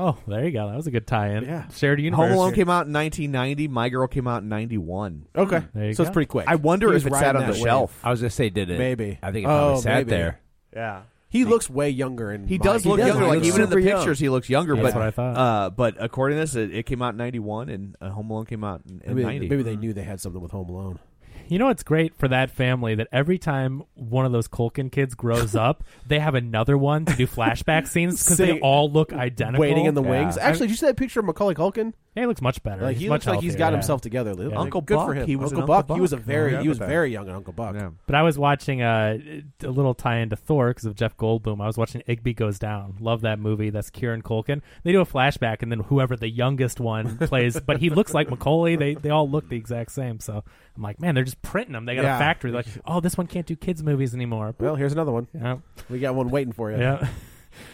Oh, there you go. That was a good tie-in. Yeah, shared universe. Home Alone came out in 1990. My Girl came out in 91. Mm, Okay, There you so it's go. pretty quick. I wonder He if was it sat riding on the that shelf. I was gonna say, did it? Maybe. I think it Oh, probably sat maybe. there. Yeah. He looks way younger in He my- does look younger, like He even in the super young. pictures, he looks younger. Yeah. but That's what I thought. Uh, but according to this, it, it came out in '91, and uh, Home Alone came out in, in Maybe- '90. maybe they knew they had something with Home Alone. You know, it's great for that family that every time one of those Culkin kids grows up, they have another one to do flashback scenes because they Sitting- all look identical. Waiting in the wings. Actually, did you see that picture of Macaulay Culkin? Yeah, he looks much better. Like, he He's looks much like he's healthier, got yeah. himself together. Luke. Yeah. Uncle good for Buck, him. he was Uncle an Buck, Uncle he was a Buck. very- Yeah, he was but- very young in Uncle Buck. Yeah. But I was watching uh, a little tie-in to Thor because of Jeff Goldblum. I was watching Igby Goes Down. Love that movie. That's Kieran Culkin. They do a flashback, and then whoever the youngest one plays, but he looks like Macaulay. They they all look the exact same. So I'm like, man, they're just printing them. They got Yeah. a factory. Like, oh, this one can't do kids movies anymore. Well, here's another one. Yeah. We got one waiting for you. Yeah.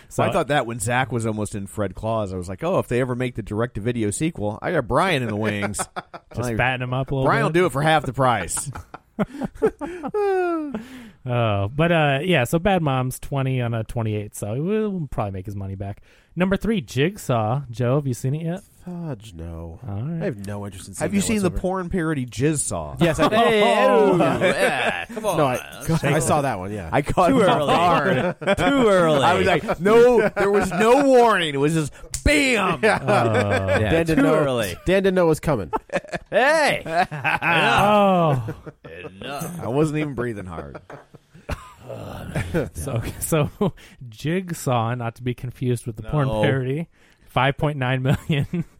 So I thought that when Zach was almost in Fred Claus, I was like, oh, if they ever make the direct-to-video sequel, I got Brian in the wings. Just fatten him up a little Brian will bit. do it for half the price. Oh, but uh, yeah. So Bad Mom's twenty on a twenty-eight, so we'll probably make his money back. Number three, Jigsaw. Joe, have you seen it yet? Fudge, no. All right. I have no interest in seeing Have you that seen the whatsoever. porn parody Jizz Saw? Yes, I did. Hey, Oh. ooh, yeah, come on. No, I- I saw that one, yeah. I caught Too it early. hard. Too early. I was like, no, there was no warning. It was just bam. Uh, Dan didn't know. Dan didn't know it was coming. Hey. ah. Oh. I wasn't even breathing hard. So, so Jigsaw, not to be confused with the porn No. parody, five point nine million.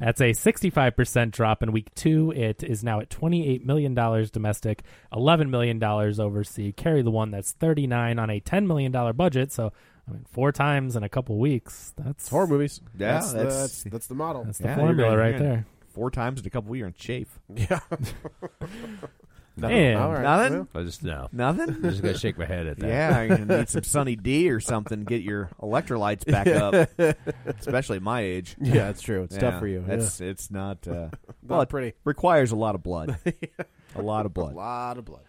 That's a sixty-five percent drop in week two. It is now at twenty-eight million dollars domestic, eleven million dollars overseas. Carry the one that's thirty-nine on a ten million dollar budget. So, I mean, four times in a couple weeks. That's horror movies. Yeah, that's, that's- that's, that's the model. That's the formula right there. Four times in a couple of years and chafe. Yeah. Nothing. Yeah. All right, Nothing? well. I just no. Nothing? I'm just gonna shake my head at that. Yeah, I'm gonna need some Sunny D or something. Get your electrolytes back up, especially at my age. Yeah, that's true. It's tough for you, It's it's not. Uh, well, Not it pretty. Requires a lot of blood. A lot of blood. A lot of blood.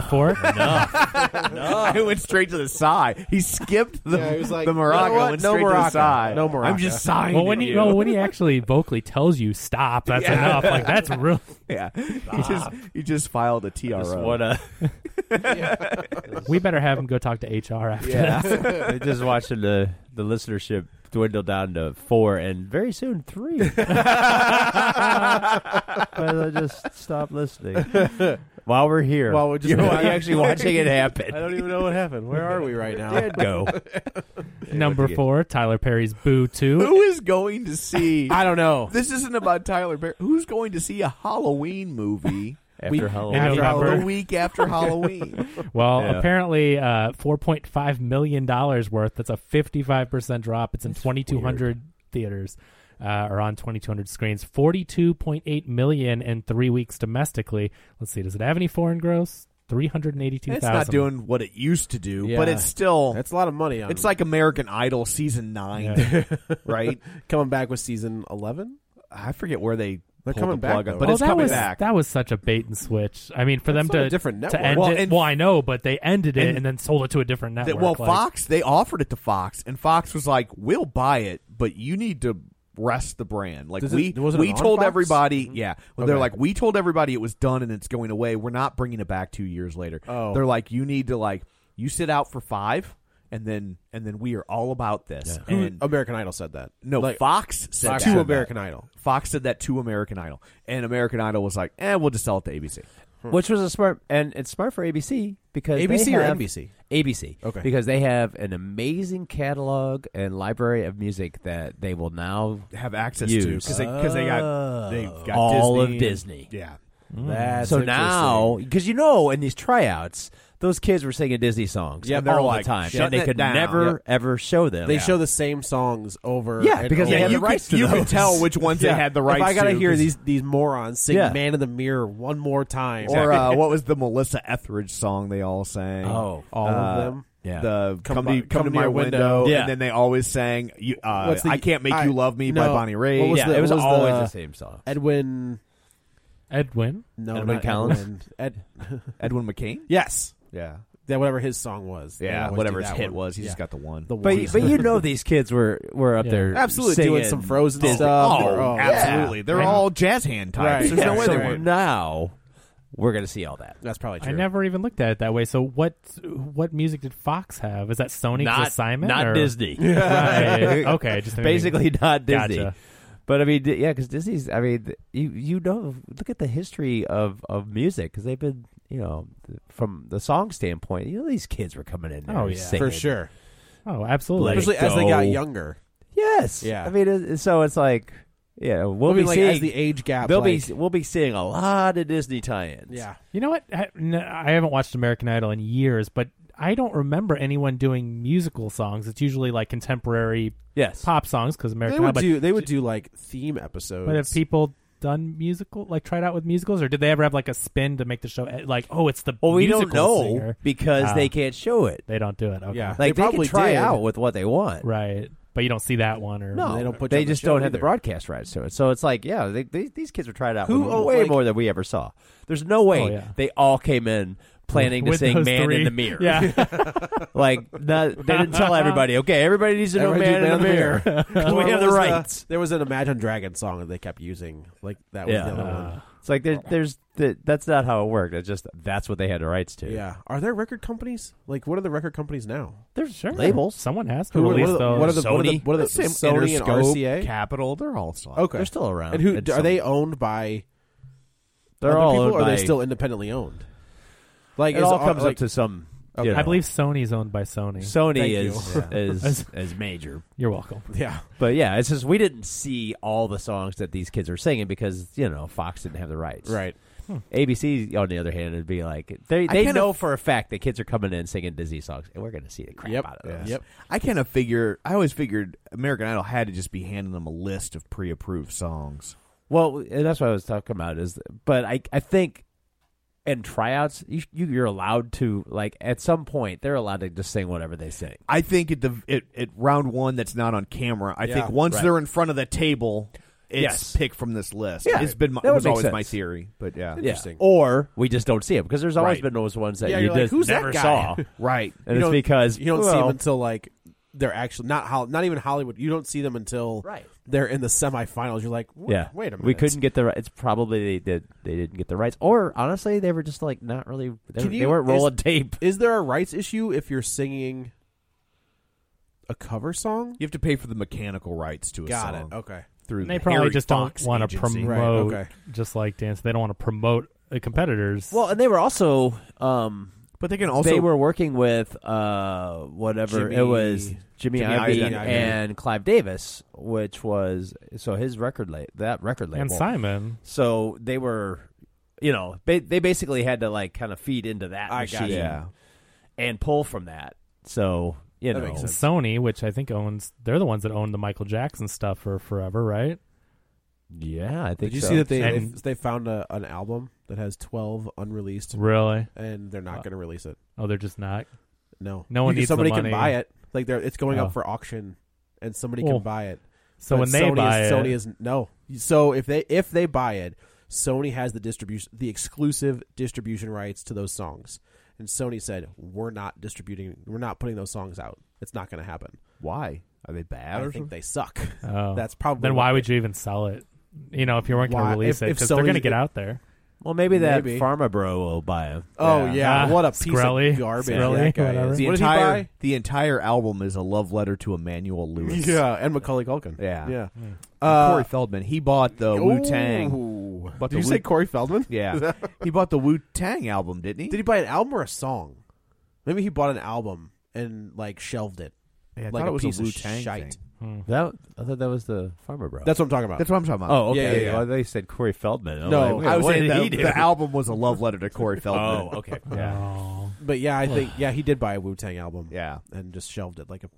four. I went straight to the sigh. He skipped the Yeah, he was like, the you know Morocco. what? went No straight to the Morocco. sigh. No I'm Morocco. just sighing. Well, when at he you. well, when he actually vocally tells you stop, that's Yeah. enough. Like that's real. yeah, he just he just filed a TRO. What a We better have him go talk to HR after Yeah. this. They're just watching the the listenership dwindle down to four and very soon three. Might as well just stop listening. While we're here. While we're just- You're actually watching it happen. I don't even know what happened. Where are we right now? Dead go. Number four, Tyler Perry's Boo Two. Who is going to see? I don't know. This isn't about Tyler Bear. Who's going to see a Halloween movie After Halloween. After the Halloween. week after Halloween? Well, Yeah. apparently, uh, four point five million dollars worth. That's a fifty-five percent drop. It's in twenty two hundred theaters. Uh, or on 2200 screens 42.8 million in three weeks domestically let's see does it have any foreign gross 382000 it's not doing what it used to do, but Yeah. it's still That's a lot of money. On it's like American Idol season nine, right? coming back with season eleven. I forget where they They're pulled coming the back, plug on, though. but Oh, it's that coming was, back. That was such a bait and switch. I mean, for That's them to on a different to network. end Well, it. and- well, I know, but they ended it and- and, then sold it to a different network. That- well, like- Fox they offered it to Fox, and Fox was like, "We'll buy it, but you need to." Rest the brand, like Does it- we was it we on told Fox? Mm-hmm. everybody, yeah. Well, They're Okay. like, we told everybody it was done and it's going away. We're not bringing it back two years later. Oh. They're like, you need to like, you sit out for five, and then and then we are all about this. Who- And American Idol said that. No, Mm-hmm. Like, Fox said Fox that. to American Idol. Fox said that to American Idol, and American Idol was like, "Eh, we'll just sell it to ABC." Which was a smart and it's smart for ABC because ABC they or have- NBC? ABC. Okay. Because they have an amazing catalog and library of music that they will now Have access to use because they, 'cause they got they got all Disney. of Disney. Yeah, That's so now, because you know, in these tryouts, those kids were singing Disney songs Yeah, all they're the like, time, shutting and they it could down. never Yep. ever show them. they show the same songs over. Yeah, and because over. they have you the rights could, to you those. could tell which ones they had the rights. If I gotta to, hear 'cause- these these morons sing Yeah. "Man in the Mirror" one more time, or uh, what was the Melissa Etheridge song they all sang? Oh. all Uh, of them. Yeah. The come, Come to, by- come, come to to my your window, window. Yeah. and then they always sang you, uh, What's the- "I Can't Make I- You Love Me" by no. Bonnie Raitt. What was yeah, the- it was, what was always the- the same song. Edwin, Edwin. no, Edwin not Collins? Edwin. Ed, Edwin McCain. yes, Yeah, that whatever his song was. They Yeah, always whatever do his that hit one. was, he just got the one. The But one. but you know these kids were were up Yeah. there Absolutely singing doing some Frozen Disney. stuff. Oh, They're all- absolutely. They're Yeah. all jazz hand types. There's no way so they weren't. Now we're gonna see all that. That's probably I never even looked at it that way. So what what music did Fox have? Is that Sony not Simon? not or- Disney. right. Okay. Just basically not Disney. Gotcha. But I mean, di- yeah, because Disney's. I mean, th- you you know, look at the history of of music because they've been, you know, th- from the song standpoint, you know, these kids were coming in. There Oh, yeah. singing. for sure, Oh, absolutely. Let it especially as they got go. younger. Yes. Yeah. I mean, it, so it's like, yeah, we'll I mean, be like seeing as the age gap. they'll like, be we'll be seeing a lot of Disney tie-ins. yeah. You know what? I, no, I haven't watched American Idol in years, but I don't remember anyone doing musical songs. It's usually like contemporary Yes. pop songs because They American Idol. would But, do they would do like theme episodes. but have people done musical, like tried out with musicals, or did they ever have like a spin to make the show eh, like, oh, it's the Well, we don't musical know singer? because Ah, they can't show it. they don't do it. Okay. Yeah. Like They they, probably can try did. out with what they want. right. But you don't see that one or they don't put you They on the just show don't have the either. broadcast rights to it. So it's like, yeah, they, they, these kids were tried out Who with owned, way like- more than we ever saw. There's no way Oh, yeah. they all came in planning to With sing those "Man in three- the Mirror." Yeah, like not, they didn't tell everybody. Okay, everybody needs to know Everybody "Man do in the Man Mirror." Well, we there have the was a- rights. there was an Imagine Dragon song that they kept using. Like that was Yeah. the other Uh, one. It's like there, there's the, that's not how it worked. It's just that's what they had the rights to. Yeah. Are there record companies? Like what are the record companies now? there's sure. Labels. Someone has to Who are- release what are the- those. what are the- Sony, what are the Same Sony and Interscope, RCA? Capital, they're all still Okay. They're still around. And who It's are they some- owned by? They're other all people, owned or are by- they still independently owned? Like It is all comes like, up to some. you Okay. know, I believe Sony's owned by Sony. Sony Thank is you. is is major. You're welcome. yeah. But yeah, it's just we didn't see all the songs that these kids are singing because you know Fox didn't have the rights. Right. ABC, on the other hand, would be like they they know for a fact that kids are coming in singing Disney songs, and we're going to see the crap Yep. out of those. Yep. I kind of figure. I always figured American Idol had to just be handing them a list of pre-approved songs. Well, and that's what I was talking about. Is but I I think in tryouts you, you you're allowed to like at some point they're allowed to just sing whatever they sing. I think at the at, at round one that's not on camera. I Yeah. think once Right. they're in front of the table, it's Yes. picked from this list. Yeah. it's been my, That would was make always my sense. theory. But yeah, Interesting. Yeah. Or we just don't see them because there's always Right. been those ones that Yeah, you you're like, just "Who's that never guy?" saw. right. And You it's don't- because You don't see well, them until like they're actually not Hol- not even Hollywood. You don't see them until Right. they're in the semifinals. You're like, wait, yeah, wait a minute. We couldn't get the. ri- It's probably they did. They didn't get the rights, or honestly, they were just like not really. They, Can they you- weren't rolling is- tape. Is there a rights issue if you're singing a cover song? You have to pay for the mechanical rights to a Got song it. Okay. through. They the probably Harry just Fox don't want to agency. promote, Right, okay. just like dance. They don't want to promote uh, competitors. Well, and they were also. Um, but they can also they were working with uh, whatever it Jimmy- was, Jimmy, Jimmy Iovine Iovine. and Clive Davis, which was so his record label, that record label, and Simon, So they were, you know, ba- they basically had to like kind of feed into that I machine gotcha. Yeah. and pull from that. So you That know, makes and Sony, which I think owns, they're the ones that own the Michael Jackson stuff for forever, right? yeah, I think. Did you so. see that they they, And- they found a, an album that has twelve unreleased, Really? and they're Uh, not going to release it? Oh, they're just not. No, No one Because needs the somebody money. can buy it. Like they're, it's going Oh. up for auction, and somebody Well, can buy it. So But when they Sony buy is, it, Sony is no. So if they if they buy it, Sony has the distribution, the exclusive distribution rights to those songs. And Sony said, "We're not distributing. We're not putting those songs out. It's not going to happen. why are they bad? I or think something? they suck. oh. That's probably then why what would you even sell it? You know, if you weren't going Why- to release if- it, if because they're going to Sony's- get out there. Well, maybe that Maybe. pharma bro will buy them. Oh yeah, Ah, what a piece Skrelly. of garbage Skrelly, that guy whatever. is. the what did he entire buy? the entire album is a love letter to Emmanuel Lewis. Yeah, and Macaulay Culkin. Yeah. yeah. And Uh, Corey Feldman. He bought the Wu Tang. Ooh. But Did the you say Wu- Corey Feldman? Yeah, he bought the Wu Tang album, didn't he? Did he buy an album or a song? Maybe he bought an album and like shelved it. Yeah, I like thought a it was a piece of Wu-Tang shite. thing. That I thought that was the pharma bro. That's what I'm talking about. That's what I'm talking about. oh okay. yeah, yeah, yeah. Well, they said Corey Feldman. I'm No, like, I was what saying did the, he do? the album was a love letter to Corey Feldman. oh okay. yeah, Oh, but yeah, I think yeah he did buy a Wu Tang album. yeah. and just shelved it like a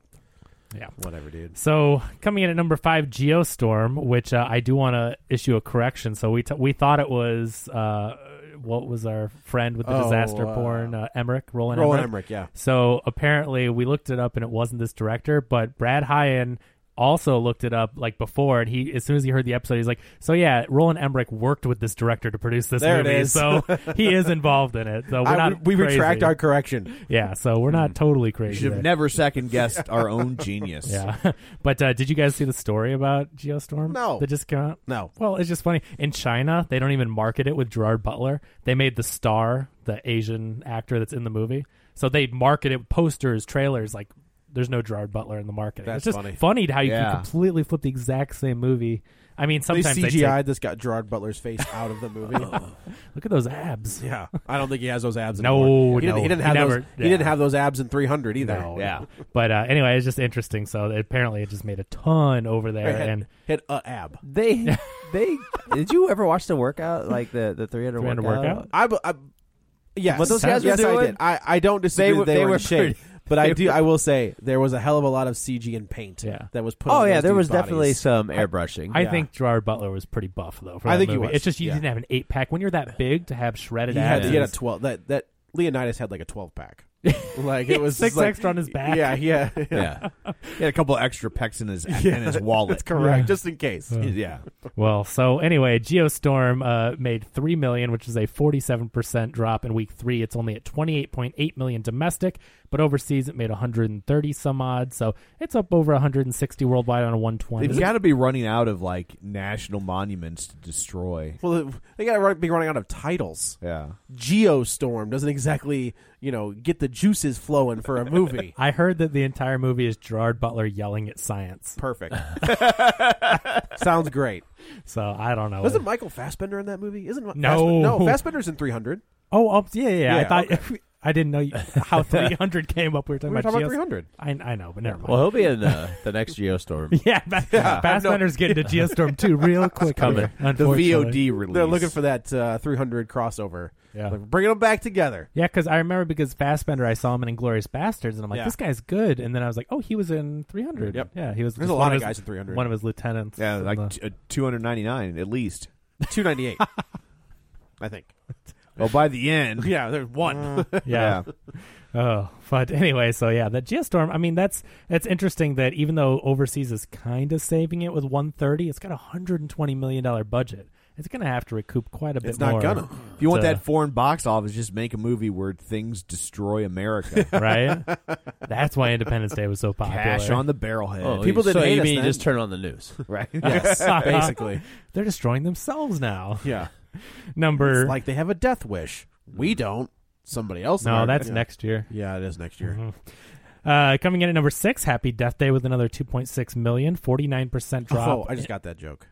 yeah. whatever, dude. So coming in at number five, Geostorm, which uh, I do want to issue a correction. So we t- we thought it was uh, what was our friend with the Oh, disaster uh, porn, uh, Emmerich, Roland, Roland Emmerich, Emmerich. yeah. So apparently we looked it up and it wasn't this director, but Brad Hyan also looked it up like before, and he as soon as he heard the episode, he's like, "So yeah, Roland Emmerich worked with this director to produce this There it movie, is. so he is involved in it." So we're I- not we crazy. retract our Hmm. correction. Yeah, so we're not totally crazy. should there. have never second guessed our own genius. Yeah, but uh, did you guys see the story about Geostorm? No. that just came out. No. Well, it's just funny. In China, they don't even market it with Gerard Butler. They made the star, the Asian actor that's in the movie, so they market it with posters, trailers. Like, there's no Gerard Butler in the marketing. That's it's just funny. how you Yeah. can completely flip the exact same movie. I mean, sometimes they they CGI take- would this got Gerard Butler's face out of the movie. Look at those abs. Yeah, I don't think he has those abs. No, anymore. he no. didn't, he didn't He have never- those. He didn't yeah. have those abs in 300 either. No, no. But uh, anyway, it's just interesting. So apparently, it just made a ton over there, Or hit- and hit a ab. They they did you ever watch the workout like the the 300, 300 workout? I, bu- I yes, What those guys were yes, I doing? did. I, I don't They disagree. They were- were, they they were were in shape, pretty- but I they do. I will say there was a hell of a lot of CG and paint. that was put. Oh on yeah, those there dudes' was definitely bodies. some airbrushing. I think Gerard Butler was pretty buff though. For I that think he movie. was, It's just you yeah. didn't have an eight pack when you're that big to have shredded He had, abs. he had a 12. That that Leonidas had like a 12 pack. Like it was six just like, extra on his back. Yeah, yeah, yeah. He had a couple extra pecs in his in his wallet. That's correct. Just in case. Yeah. Well, so anyway, Geostorm uh, made three million, which is a forty-seven percent drop in week three. It's only at twenty-eight point eight million domestic, but overseas it made one hundred and thirty some odd. So it's up over one hundred and sixty worldwide on a one twenty. They've got to be running out of like national monuments to destroy. Well, it- they got to be running out of titles. Yeah. Geostorm doesn't exactly, you know, get the juices flowing for a movie. I heard that the entire movie is Gerard Butler yelling at science. Perfect. Sounds great. So I don't Oh. know. Wasn't Michael Fassbender in that movie? Isn't No. Fassbender, no Fassbender's in three hundred. Oh, um, yeah, yeah, yeah. I Yeah, thought I didn't know you- how 300 came up. We were talking We were about, talking about Geos- 300. I, I know, but never mind. Well, he'll be in uh, the next Geostorm. yeah, Fa- Fassbender's getting to Geostorm 2 real quick. Coming. here, unfortunately. release. They're looking for that uh, three hundred crossover. Yeah. Like, bringing them back together. Yeah, because I remember because Fassbender, I saw him in Inglorious Bastards, and I'm like, Yeah. this guy's good. And then I was like, oh, he was in 300. Yep. Yeah, he was. There's just a one lot of his- guys in 300. One of his lieutenants. Yeah, in like the- t- uh, 299 at least. Two ninety eight. I think. Well, Oh, by the end. Uh, Yeah, there's one. yeah. Oh, but anyway, so yeah, that geostorm. I mean, that's that's interesting. That even though overseas is kind of saving it with 130, it's got a 120 million dollar budget. It's gonna have to recoup quite a bit. It's not more gonna. uh, If you want to- that foreign box office, just make a movie where things destroy America. right? That's why Independence Day was so popular. Cash on the barrelhead. Oh, People so didn't hate Oh, you us mean then. just turn on the news? right? Yes, basically. They're destroying themselves now. Yeah. Number It's like they have a death wish. Mm-hmm. We don't. Somebody else. in no, our- that's yeah. next year. Yeah, it is next year. Mm-hmm. Uh, coming in at number six, Happy Death Day with another 2.6 million, 49 percent drop. Oh, I just got that joke.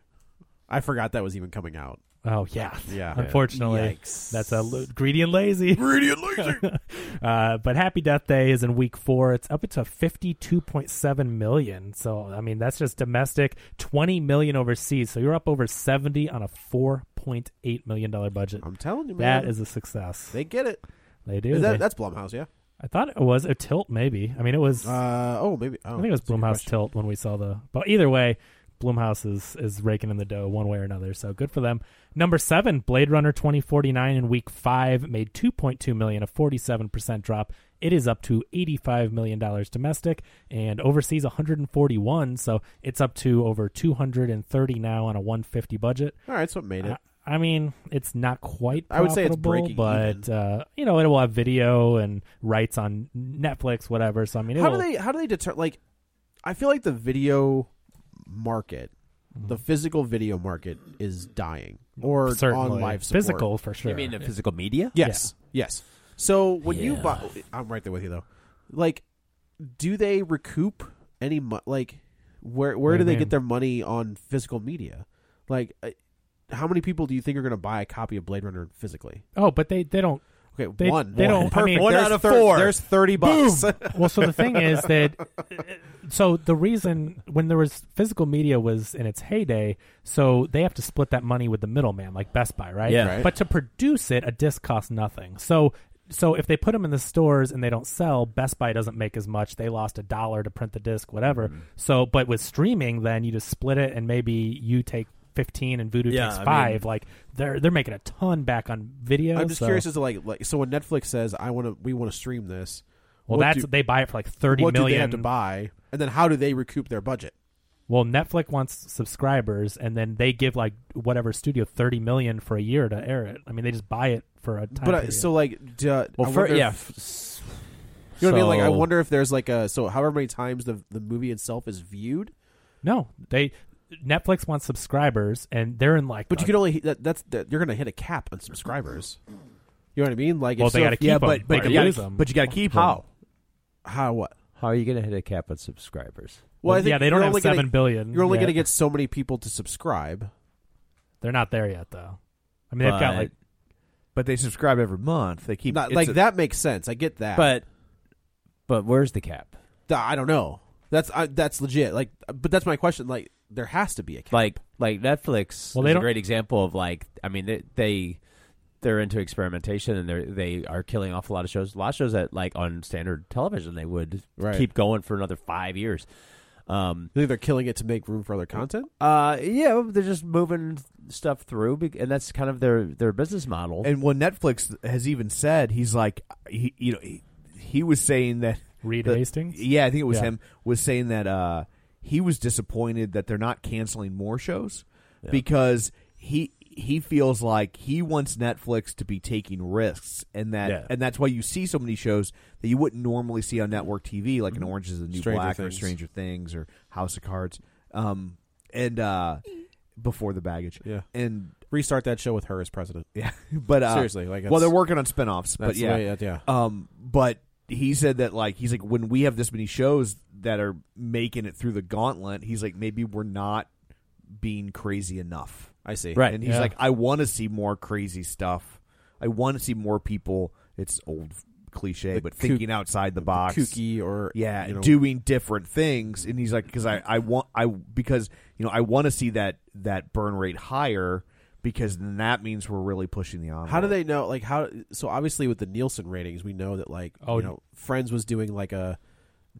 I forgot that was even coming out. Oh yeah, Yeah. Unfortunately, Yikes. that's a lo- greedy and lazy. Greedy and lazy. uh, but Happy Death Day is in week four. It's up to fifty-two point seven million. So I mean, that's just domestic. Twenty million overseas. So you're up over seventy on a four point eight million dollar budget. I'm telling you, man. That is a success. They, they get it. do. Is that- They- that's Blumhouse, yeah. I thought it was a tilt. Maybe. I mean, it was. Uh, oh, maybe. Oh, I think it was that's a good Bloomhouse question. Tilt when we saw the. But either way, Bloomhouse is is raking in the dough one way or another. So good for them. Number seven, Blade Runner twenty forty nine in week five made two point two million, a forty seven percent drop. It is up to eighty five million dollars domestic and overseas one hundred and forty one. So it's up to over two hundred and thirty now on a one fifty budget. All right, so it made it. I, I mean, it's not quite. I would say it's profitable, breaking but uh, you know, it will have video and rights on Netflix, whatever. So I mean, how it'll- do they? How do they deter? Like, I feel like the video market, Mm-hmm. the physical video market, is dying or certainly on live support. physical for sure. You mean the physical media? Yes. Yes. So when you Yeah. buy, I'm right there with you though. Like, do they recoup any money? Like, where where What do do you they mean? get their money on physical media? Like, uh, how many people do you think are going to buy a copy of Blade Runner physically? Oh, but they they don't. Okay, They- one. they don't- I One. perfect. mean- One There's out of thir- four. There's thirty bucks. Well, so the thing is that so the reason when there was physical media was in its heyday, so they have to split that money with the middleman like Best Buy, right? Yeah. Right. But to produce it, a disc costs nothing. So so if they put them in the stores and they don't sell, Best Buy doesn't make as much. They lost a dollar to print the disc, whatever. Mm-hmm. So, but with streaming, then you just split it and maybe you take. 15 and Voodoo Yeah, I takes mean- 5 like they're they're making a ton back on video I'm just so- curious as to like, like, so when Netflix says I want to, we want to stream this. Well, what that's do, they buy it for like thirty what million. do they have to buy, and then how do they recoup their budget? Well, Netflix wants subscribers, and then they give like whatever studio thirty million for a year to air it. I mean, they just buy it for a time. But I, period. so like, d- uh, Well, I for- wonder yeah, if- f- you know what I mean? Like, I so- wonder if there's like a so however many times the the movie itself is viewed. No, they Netflix wants subscribers, and they're in like. But the- you can only that, that's that, you're gonna hit a cap on subscribers. You know what I mean? Like, Well, if they so gotta if- keep 'em, but they gotta lose keep- 'em. how? How what? How are you going to hit a cap on subscribers? Well, I think yeah, they don't you're have only gonna- seven billion You're only yet. gonna get so many people to subscribe. They're not there yet, though. I mean, they've got like. but they subscribe every month. They keep Not, it's like a- that makes sense. I get that. But but where's the cap? Th- I don't know. That's I, that's legit. Like, but that's my question. Like, there has to be a cap. Like like Netflix Well, well, they is a don't- great example of like I mean they, they they're into experimentation and they they are killing off a lot of shows. A lot of shows that like on standard television they would Right. keep going for another 5 years. Um You think they're killing it to make room for other content? uh yeah, they're just moving stuff through bec- and that's kind of their their business model. And when Netflix has even said he's like he you know he, he was saying that Reed the- Hastings? Yeah, I think it was Yeah. him was saying that uh he was disappointed that they're not canceling more shows Yeah. because he he feels like he wants Netflix to be taking risks and that Yeah. and that's why you see so many shows that you wouldn't normally see on network TV like an Orange is the New Mm-hmm. Stranger Black or Things. Stranger Things or House of Cards um and uh before the baggage Yeah. and Restart that show with her as president. yeah, but uh, Seriously, like, well, that's- they're working on spinoffs, but that's the yeah, way it- Uh, yeah. Um, but he said that like he's like when we have this many shows that are making it through the gauntlet, he's like maybe we're not being crazy enough, I see. Right. And he's yeah. like, I want to see more crazy stuff. I want to see more people. It's old cliche, The but kook- thinking outside the box, kooky or yeah, you know, doing different things. And he's like, because I, I want I because you know I want to see that that burn rate higher because then that means we're really pushing the envelope. How do they know? Like how? So obviously with the Nielsen ratings, we know that like Oh, you know Friends was doing like a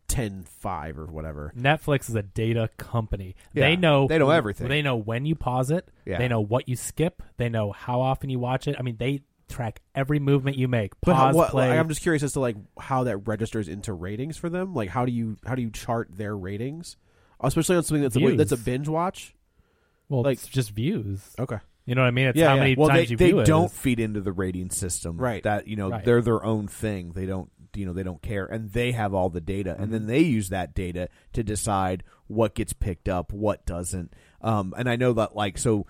10-5 or whatever. Netflix is a data company. Yeah, they know they know everything. They know when you pause it. Yeah. They know what you skip. They know how often you watch it. I mean, they track every movement you make. But Pause, how, what, play. like, I'm just curious as to like how that registers into ratings for them. Like how do you how do you chart their ratings, especially on something that's a, Views. that's a binge watch? well, like- it's just views. Okay, You know what I mean? It's Yeah, how yeah. many well, times they, you they view don't it. feed into the rating system, Right. That you know Right. they're their own thing. They don't, you know, they don't care, and they have all the data, and Mm-hmm. then they use that data to decide what gets picked up, what doesn't. Um, and I know that, like, so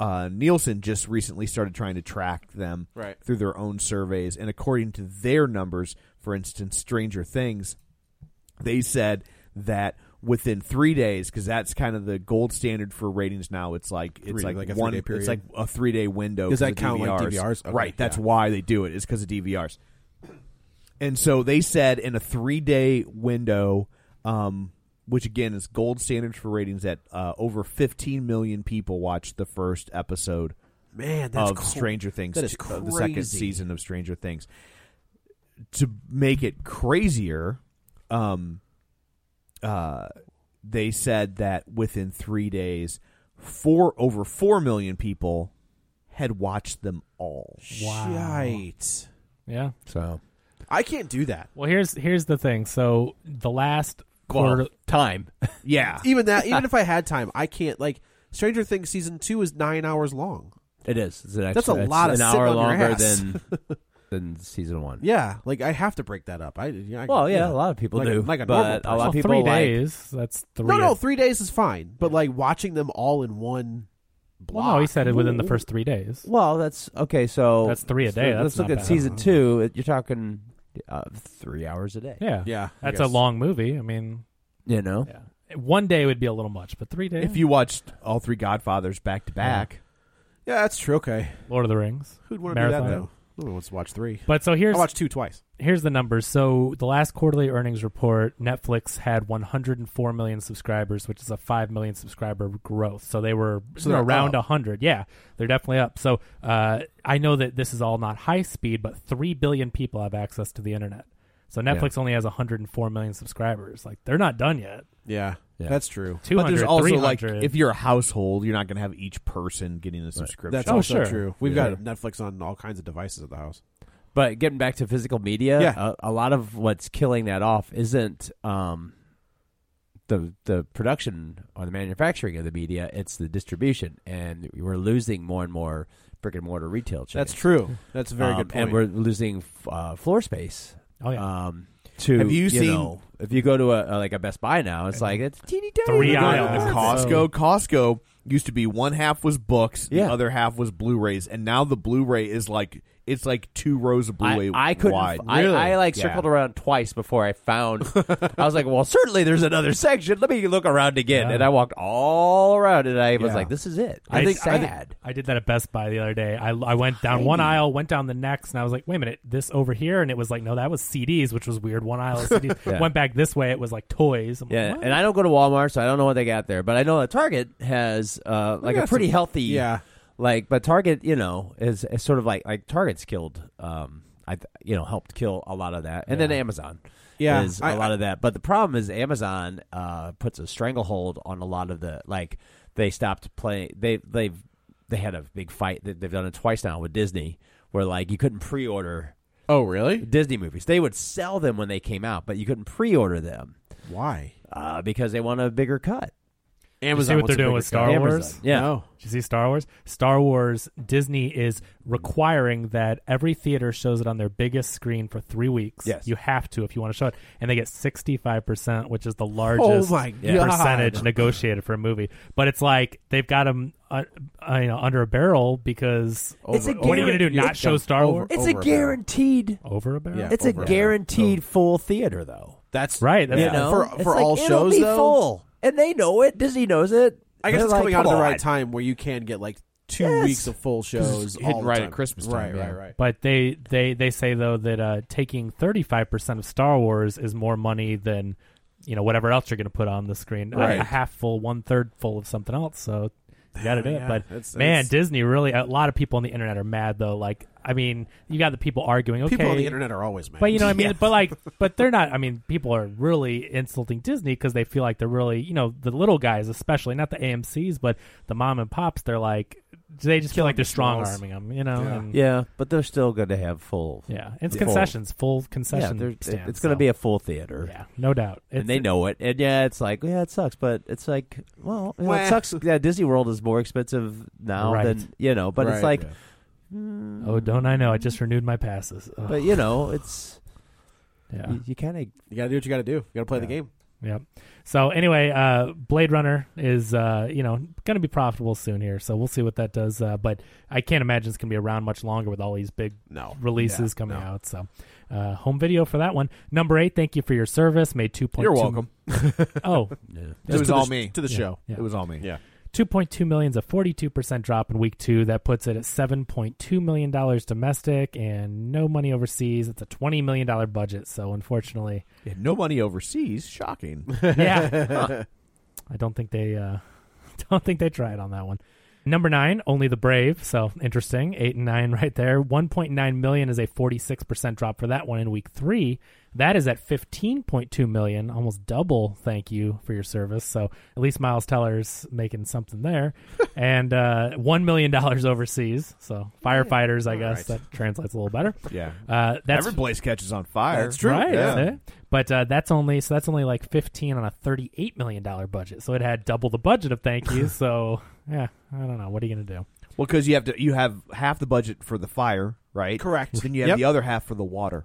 uh, Nielsen just recently started trying to track them Right. through their own surveys, and according to their numbers, for instance, Stranger Things, they said that within three days because that's kind of the gold standard for ratings now it's like it's Three- like, like a one three-day it's period. like a three day window Does 'cause that of count, like, DVRs? Okay, right that's yeah. why they do it is because of dvrs and so they said in a three day window um, which again is gold standard for ratings that uh, over 15 million people watched the first episode man, that's of cr- Stranger Things, That is t- of the second crazy. season of Stranger Things. To make it crazier, um, uh, they said that within three days, four over four million people had watched them all. Shite. Yeah. So I can't do that. Well, here's here's the thing. So the last quarter, Well, time. yeah, Even that, even if I had time, I can't. Like Stranger Things season two is nine hours long. It is. It's an That's extra- a lot of an sitting hour on your longer ass. than than season one. Yeah, like I have to break that up. I, yeah, I Well, yeah, yeah. a lot of people Like a- do, like a normal but a person. lot well, of people three like, days. That's three. No, no, three days is fine. But like watching them all in one block. Well, no, he said it within the first three days. Well, that's okay. So That's three a day, let's that's look not at bad. season two. it- You're talking uh, three hours a day. Yeah. Yeah, I That's a guess. long movie. I mean, You know, yeah. One day would be a little much, but three days. if you watched all three Godfathers back to back, Yeah, that's true. Okay, Lord of the Rings. who'd want to do that Marathon. though? No one wants to watch three. But so here's I watched two twice. here's the numbers. So the last quarterly earnings report, Netflix had 104 million subscribers, which is a 5 million subscriber growth. So they were So you know, they're around up. 100. Yeah, they're definitely up. So uh, I know that this is all not high speed, but 3 billion people have access to the internet. So Netflix only has 104 million subscribers. Like they're not done yet. Yeah, Yeah. that's true. 200, but there's also 300. like if you're a household, you're not going to have each person getting a subscription. That's Oh, also sure. true. We've Yeah. got Netflix on all kinds of devices at the house. but getting back to physical media, Yeah. a, a lot of what's killing that off isn't um, the the production or the manufacturing of the media; it's the distribution, and we're losing more and more brick and mortar retail. Chains. That's true. That's a very good Um, And point. we're losing f- uh, floor space. Oh yeah. Um, to Have you seen- know, if you go to a, a like a Best Buy now, it's like it's teeny tiny. Three little aisles. box. Oh. So- Costco. Costco used to be one half was books, Yeah. the other half was Blu-rays, and now the Blu-ray is like it's like two rows of I, Blu-ray I couldn't. wide. I, I like Yeah. circled around twice before I found. I was like, well, certainly there's another section. Let me look around again, Yeah. and I walked all around, and I was Yeah. like, this is it. I It's think I, sad. did, I did that at Best Buy the other day. I, I went down one aisle, went down the next, and I was like, "Wait a minute, this over here," and it was like, "No, that was CDs," which was weird. One aisle of CDs. Yeah. Went back this way, it was like toys. I'm like, yeah, "What?" and I don't go to Walmart, so I don't know what they got there. But I know that Target has uh, like a got pretty some- healthy, yeah. Like, but Target, you know, is, is sort of like like Target's killed. Um, I th- you know helped kill a lot of that, and then Amazon, Yeah, is a I- lot of that. But the problem is Amazon uh, puts a stranglehold on a lot of the like they stopped playing. They they've they had a big fight. that They've done it twice now with Disney, where like you couldn't pre-order Oh, really? Disney movies. They would sell them when they came out, but you couldn't pre-order them Why? uh, because they want a bigger cut. see Amazon. what wants they're a doing bigger with cut. Star Amazon. Wars. Yeah. No. Did you see Star Wars? Star Wars, Disney is requiring that every theater shows it on their biggest screen for three weeks. Yes. You have to if you want to show it. And they get 65%, which is the largest Oh my God. percentage negotiated for a movie. But it's like they've got them uh, uh, you know, under a barrel because It's a what are you going to do? guarantee. Not show Star Over- Wars? It's over a about. guaranteed. Over a barrel? Yeah. It's a over. guaranteed full theater, though. That's Right, You that's- Yeah. know? For- It's for like, all it'll shows, be though? full, and they know it. Disney knows it. I guess They're it's like, coming out at "Come the right on." time where you can get like two Yes. weeks of full shows hitting all the right time. at Christmas time, Right, yeah. right, right. But they, they, they say though that uh, taking thirty five percent of Star Wars is more money than you know whatever else you're going to put on the screen. A- A, Right. half full, one third full of something else. So you got to do Yeah, it. But it's- man, it's- Disney really. A lot of people on the internet are mad though. Like I mean, you got the people arguing. Okay, People on the internet are always mad. But you know, what I mean, but like, but they're not. I mean, people are really insulting Disney because they feel like they're really, you know, the little guys, especially not the AMC's, but the mom and pops. They're like, they just feel like they're strong arming them, you know. and- Yeah, but they're still going to have full. yeah, it's Yeah. concessions, full concession. they're- stand, it's going to so. be a full theater. yeah, no doubt. It's, And they know it, and yeah, it's like yeah, it sucks, but it's like well, you know, it Wah. sucks. Yeah, Disney World is more expensive now Right. than you know, but it's Right. like, Yeah. Oh, don't I know? I just renewed my passes. Ugh, but you know, it's yeah, you, you kind of You got to do what you got to do. You got to play the game. yeah. So anyway, uh, Blade Runner is uh, you know going to be profitable soon here, so we'll see what that does. Uh, but I can't imagine it's going to be around much longer with all these big No. releases Yeah, coming no. out. So uh, home video for that one. Number eight. Thank you for your service. Made two point. You're welcome. Oh, It was to all the, me. to the Yeah, show. yeah. It was all me. Yeah. 2.2 million is a 42% drop in week two. That puts it at $7.2 million domestic and no money overseas. It's a $20 million budget. So, unfortunately, Yeah, no money overseas. Shocking. yeah. I don't think they uh, don't think they tried on that one. Number nine, only the brave. So interesting, eight and nine right there. One point nine million is a forty six percent drop for that one in week three. That is at fifteen point two million, almost double. Thank you for your service. So at least Miles Teller's making something there, and uh, one million dollars overseas. So firefighters, I guess that translates a little better. yeah. Uh, that's Every place catches on fire. That's true. Right. Yeah. yeah. But uh, that's only so that's only like fifteen on a thirty-eight million dollar budget. So it had double the budget of thank you. so yeah, I don't know. What are you gonna do? Well, because you have to, you have half the budget for the fire, right? Correct. Then you have Yep. the other half for the water.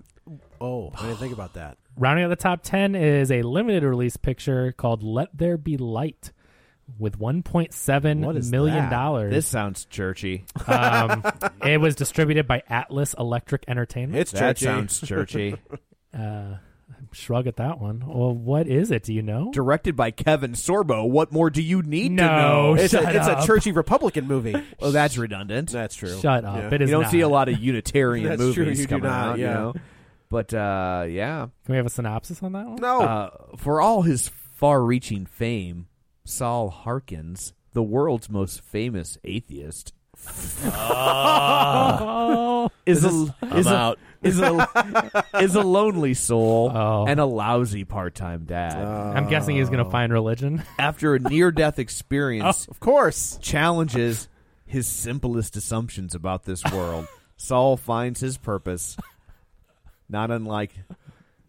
Oh, I didn't think about that. Rounding out the top ten is a limited release picture called "Let There Be Light" with one point seven What is million that? dollars. This sounds churchy. um, it was distributed by Atlas Electric Entertainment. It's that churchy. sounds churchy. Uh, shrug at that one. Well, what is it? Do you know? Directed by Kevin Sorbo. What more do you need to No, know? Oh, it's a, shut it's a up. churchy Republican movie. Well, that's redundant. That's true. Shut up! Yeah. It is you don't see a not. lot of Unitarian That's movies true, you do coming not, out, you yeah. know. But uh, yeah, Can we have a synopsis on that one? No. uh, for all his far-reaching fame, Saul Harkins, the world's most famous atheist, Oh. is a is a, is a is a lonely soul Oh. and a lousy part-time dad. I'm guessing he's Oh. gonna find religion. After a near-death experience, of course. challenges his simplest assumptions about this world. Saul finds his purpose, not unlike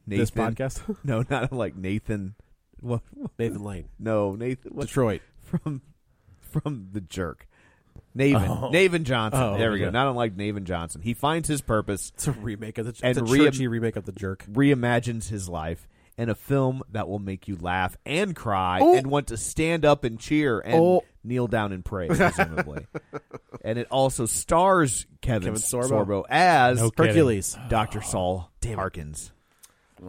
Nathan. This podcast. No, not unlike Nathan What? Nathan Lane. No, Nathan. what- Detroit. from from the jerk. Naven, Oh. Naven Johnson. Oh, there we go. yeah. Not unlike Naven Johnson, he finds his purpose. It's a remake of the. It's and a reim- churchy remake of the Jerk. reimagines his life in a film that will make you laugh and cry Oh. and want to stand up and cheer and Oh. kneel down and pray, presumably. and it also stars Kevin, Kevin Sorbo. as No kidding. Hercules. Dr. Saul Harkins.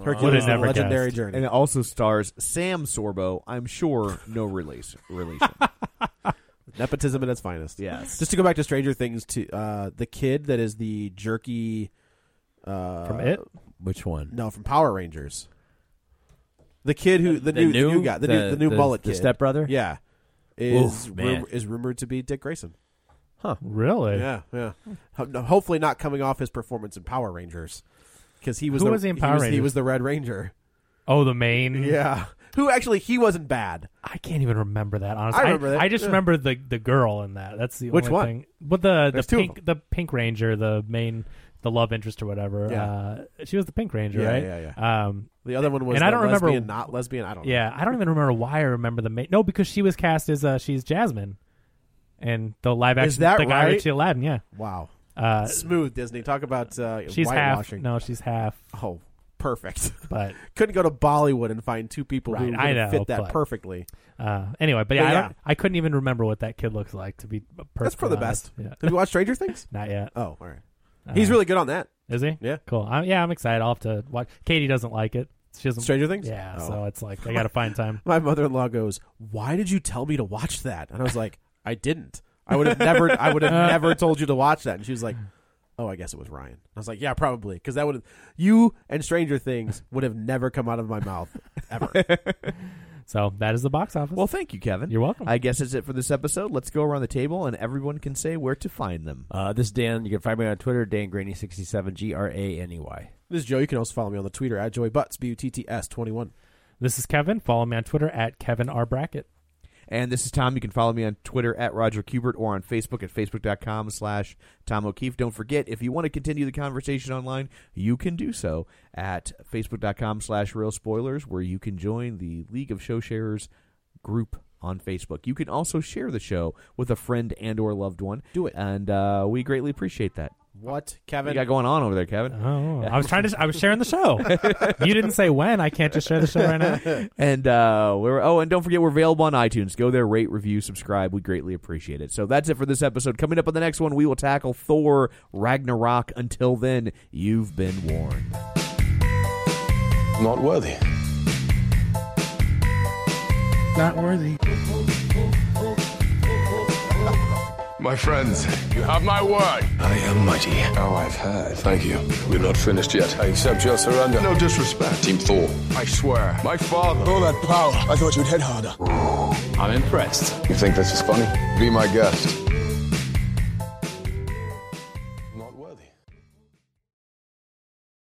Hercules, Would've never the legendary guessed. journey. And it also stars Sam Sorbo, I'm sure no release release. Nepotism at its finest. Yes. Just to go back to Stranger Things, to uh, the kid that is the jerky. Uh, from it. Which one? No, from Power Rangers. The kid who the, new, the new guy, the, new the new mullet the kid, stepbrother. Yeah, is Oof, man. rum- is rumored to be Dick Grayson. Really? Yeah, yeah. Ho- no, Hopefully, not coming off his performance in Power Rangers because he was Who the, was he in Power was, He Rangers? was the Red Ranger. Oh, the main. Yeah, who actually he wasn't bad. I can't even remember that. Honestly, I remember that, just yeah. remember the the girl in that. That's the Which only one? thing. But the There's the two of pink the pink ranger, the main the love interest or whatever. Yeah. Uh, she was the pink ranger, Yeah, right? yeah, yeah. Um, The other one was And I the don't remember- lesbian, not lesbian. I don't. know. yeah. I don't even remember why I remember the main. No, because she was cast as uh, she's Jasmine, and the live action Is that the guy right? Richie Aladdin. Yeah. Wow. Uh, Smooth Disney. Talk about uh, she's half. whitewashing. No, she's half. Oh, perfect. But Couldn't go to Bollywood and find two people Right, who I would know, fit that but- perfectly. uh, anyway, but yeah, But I, yeah. don't- I couldn't even remember what that kid looks like. To be perfectly That's for the honest. best. Yeah. Have you watched Stranger Things? Not yet. Oh, all right. He's Uh, really good on that. Is he? Yeah. Cool. i yeah, I'm excited. I'll have to watch. Katie doesn't like it. She doesn't. Stranger Things? Yeah. Oh. So it's like I gotta find time. My mother in law goes, "Why did you tell me to watch that?" And I was like, "I didn't. I would have never. I would have never told you to watch that." And she was like, "Oh, I guess it was Ryan." I was like, "Yeah, probably," because that would you and Stranger Things would have never come out of my mouth ever. So that is the box office. well, thank you, Kevin. You're welcome. I guess that's it for this episode. Let's go around the table and everyone can say where to find them. Uh, this is Dan. You can find me on Twitter, Dan Graney67, G R A N E Y. this is Joe. You can also follow me on the Twitter at Joey Butts B U T T S twenty one. this is Kevin. Follow me on Twitter at Kevin R Brackett. And this is Tom. You can follow me on Twitter at Roger Kubert or on Facebook at facebook.com slash Tom O'Keefe. Don't forget, if you want to continue the conversation online, you can do so at facebook.com slash real spoilers, where you can join the League of Show Sharers group on Facebook. You can also share the show with a friend and or loved one. Do it. And uh, we greatly appreciate that. What, What Kevin? you got going on over there, Kevin? Oh, I was trying to. I was sharing the show. you didn't say when. I can't just share the show right now. And uh, we're oh, and don't forget we're available on iTunes. Go there, rate, review, subscribe. We greatly appreciate it. So that's it for this episode. Coming up on the next one, we will tackle Thor Ragnarok. Until then, you've been warned. Not worthy. Not worthy. My friends, you have my word. I am mighty. Oh, I've heard. Thank you. We're not finished yet. I accept your surrender. No disrespect. Team Thor. I swear. My father. All that power. I thought you'd hit harder. I'm impressed. You think this is funny? Be my guest.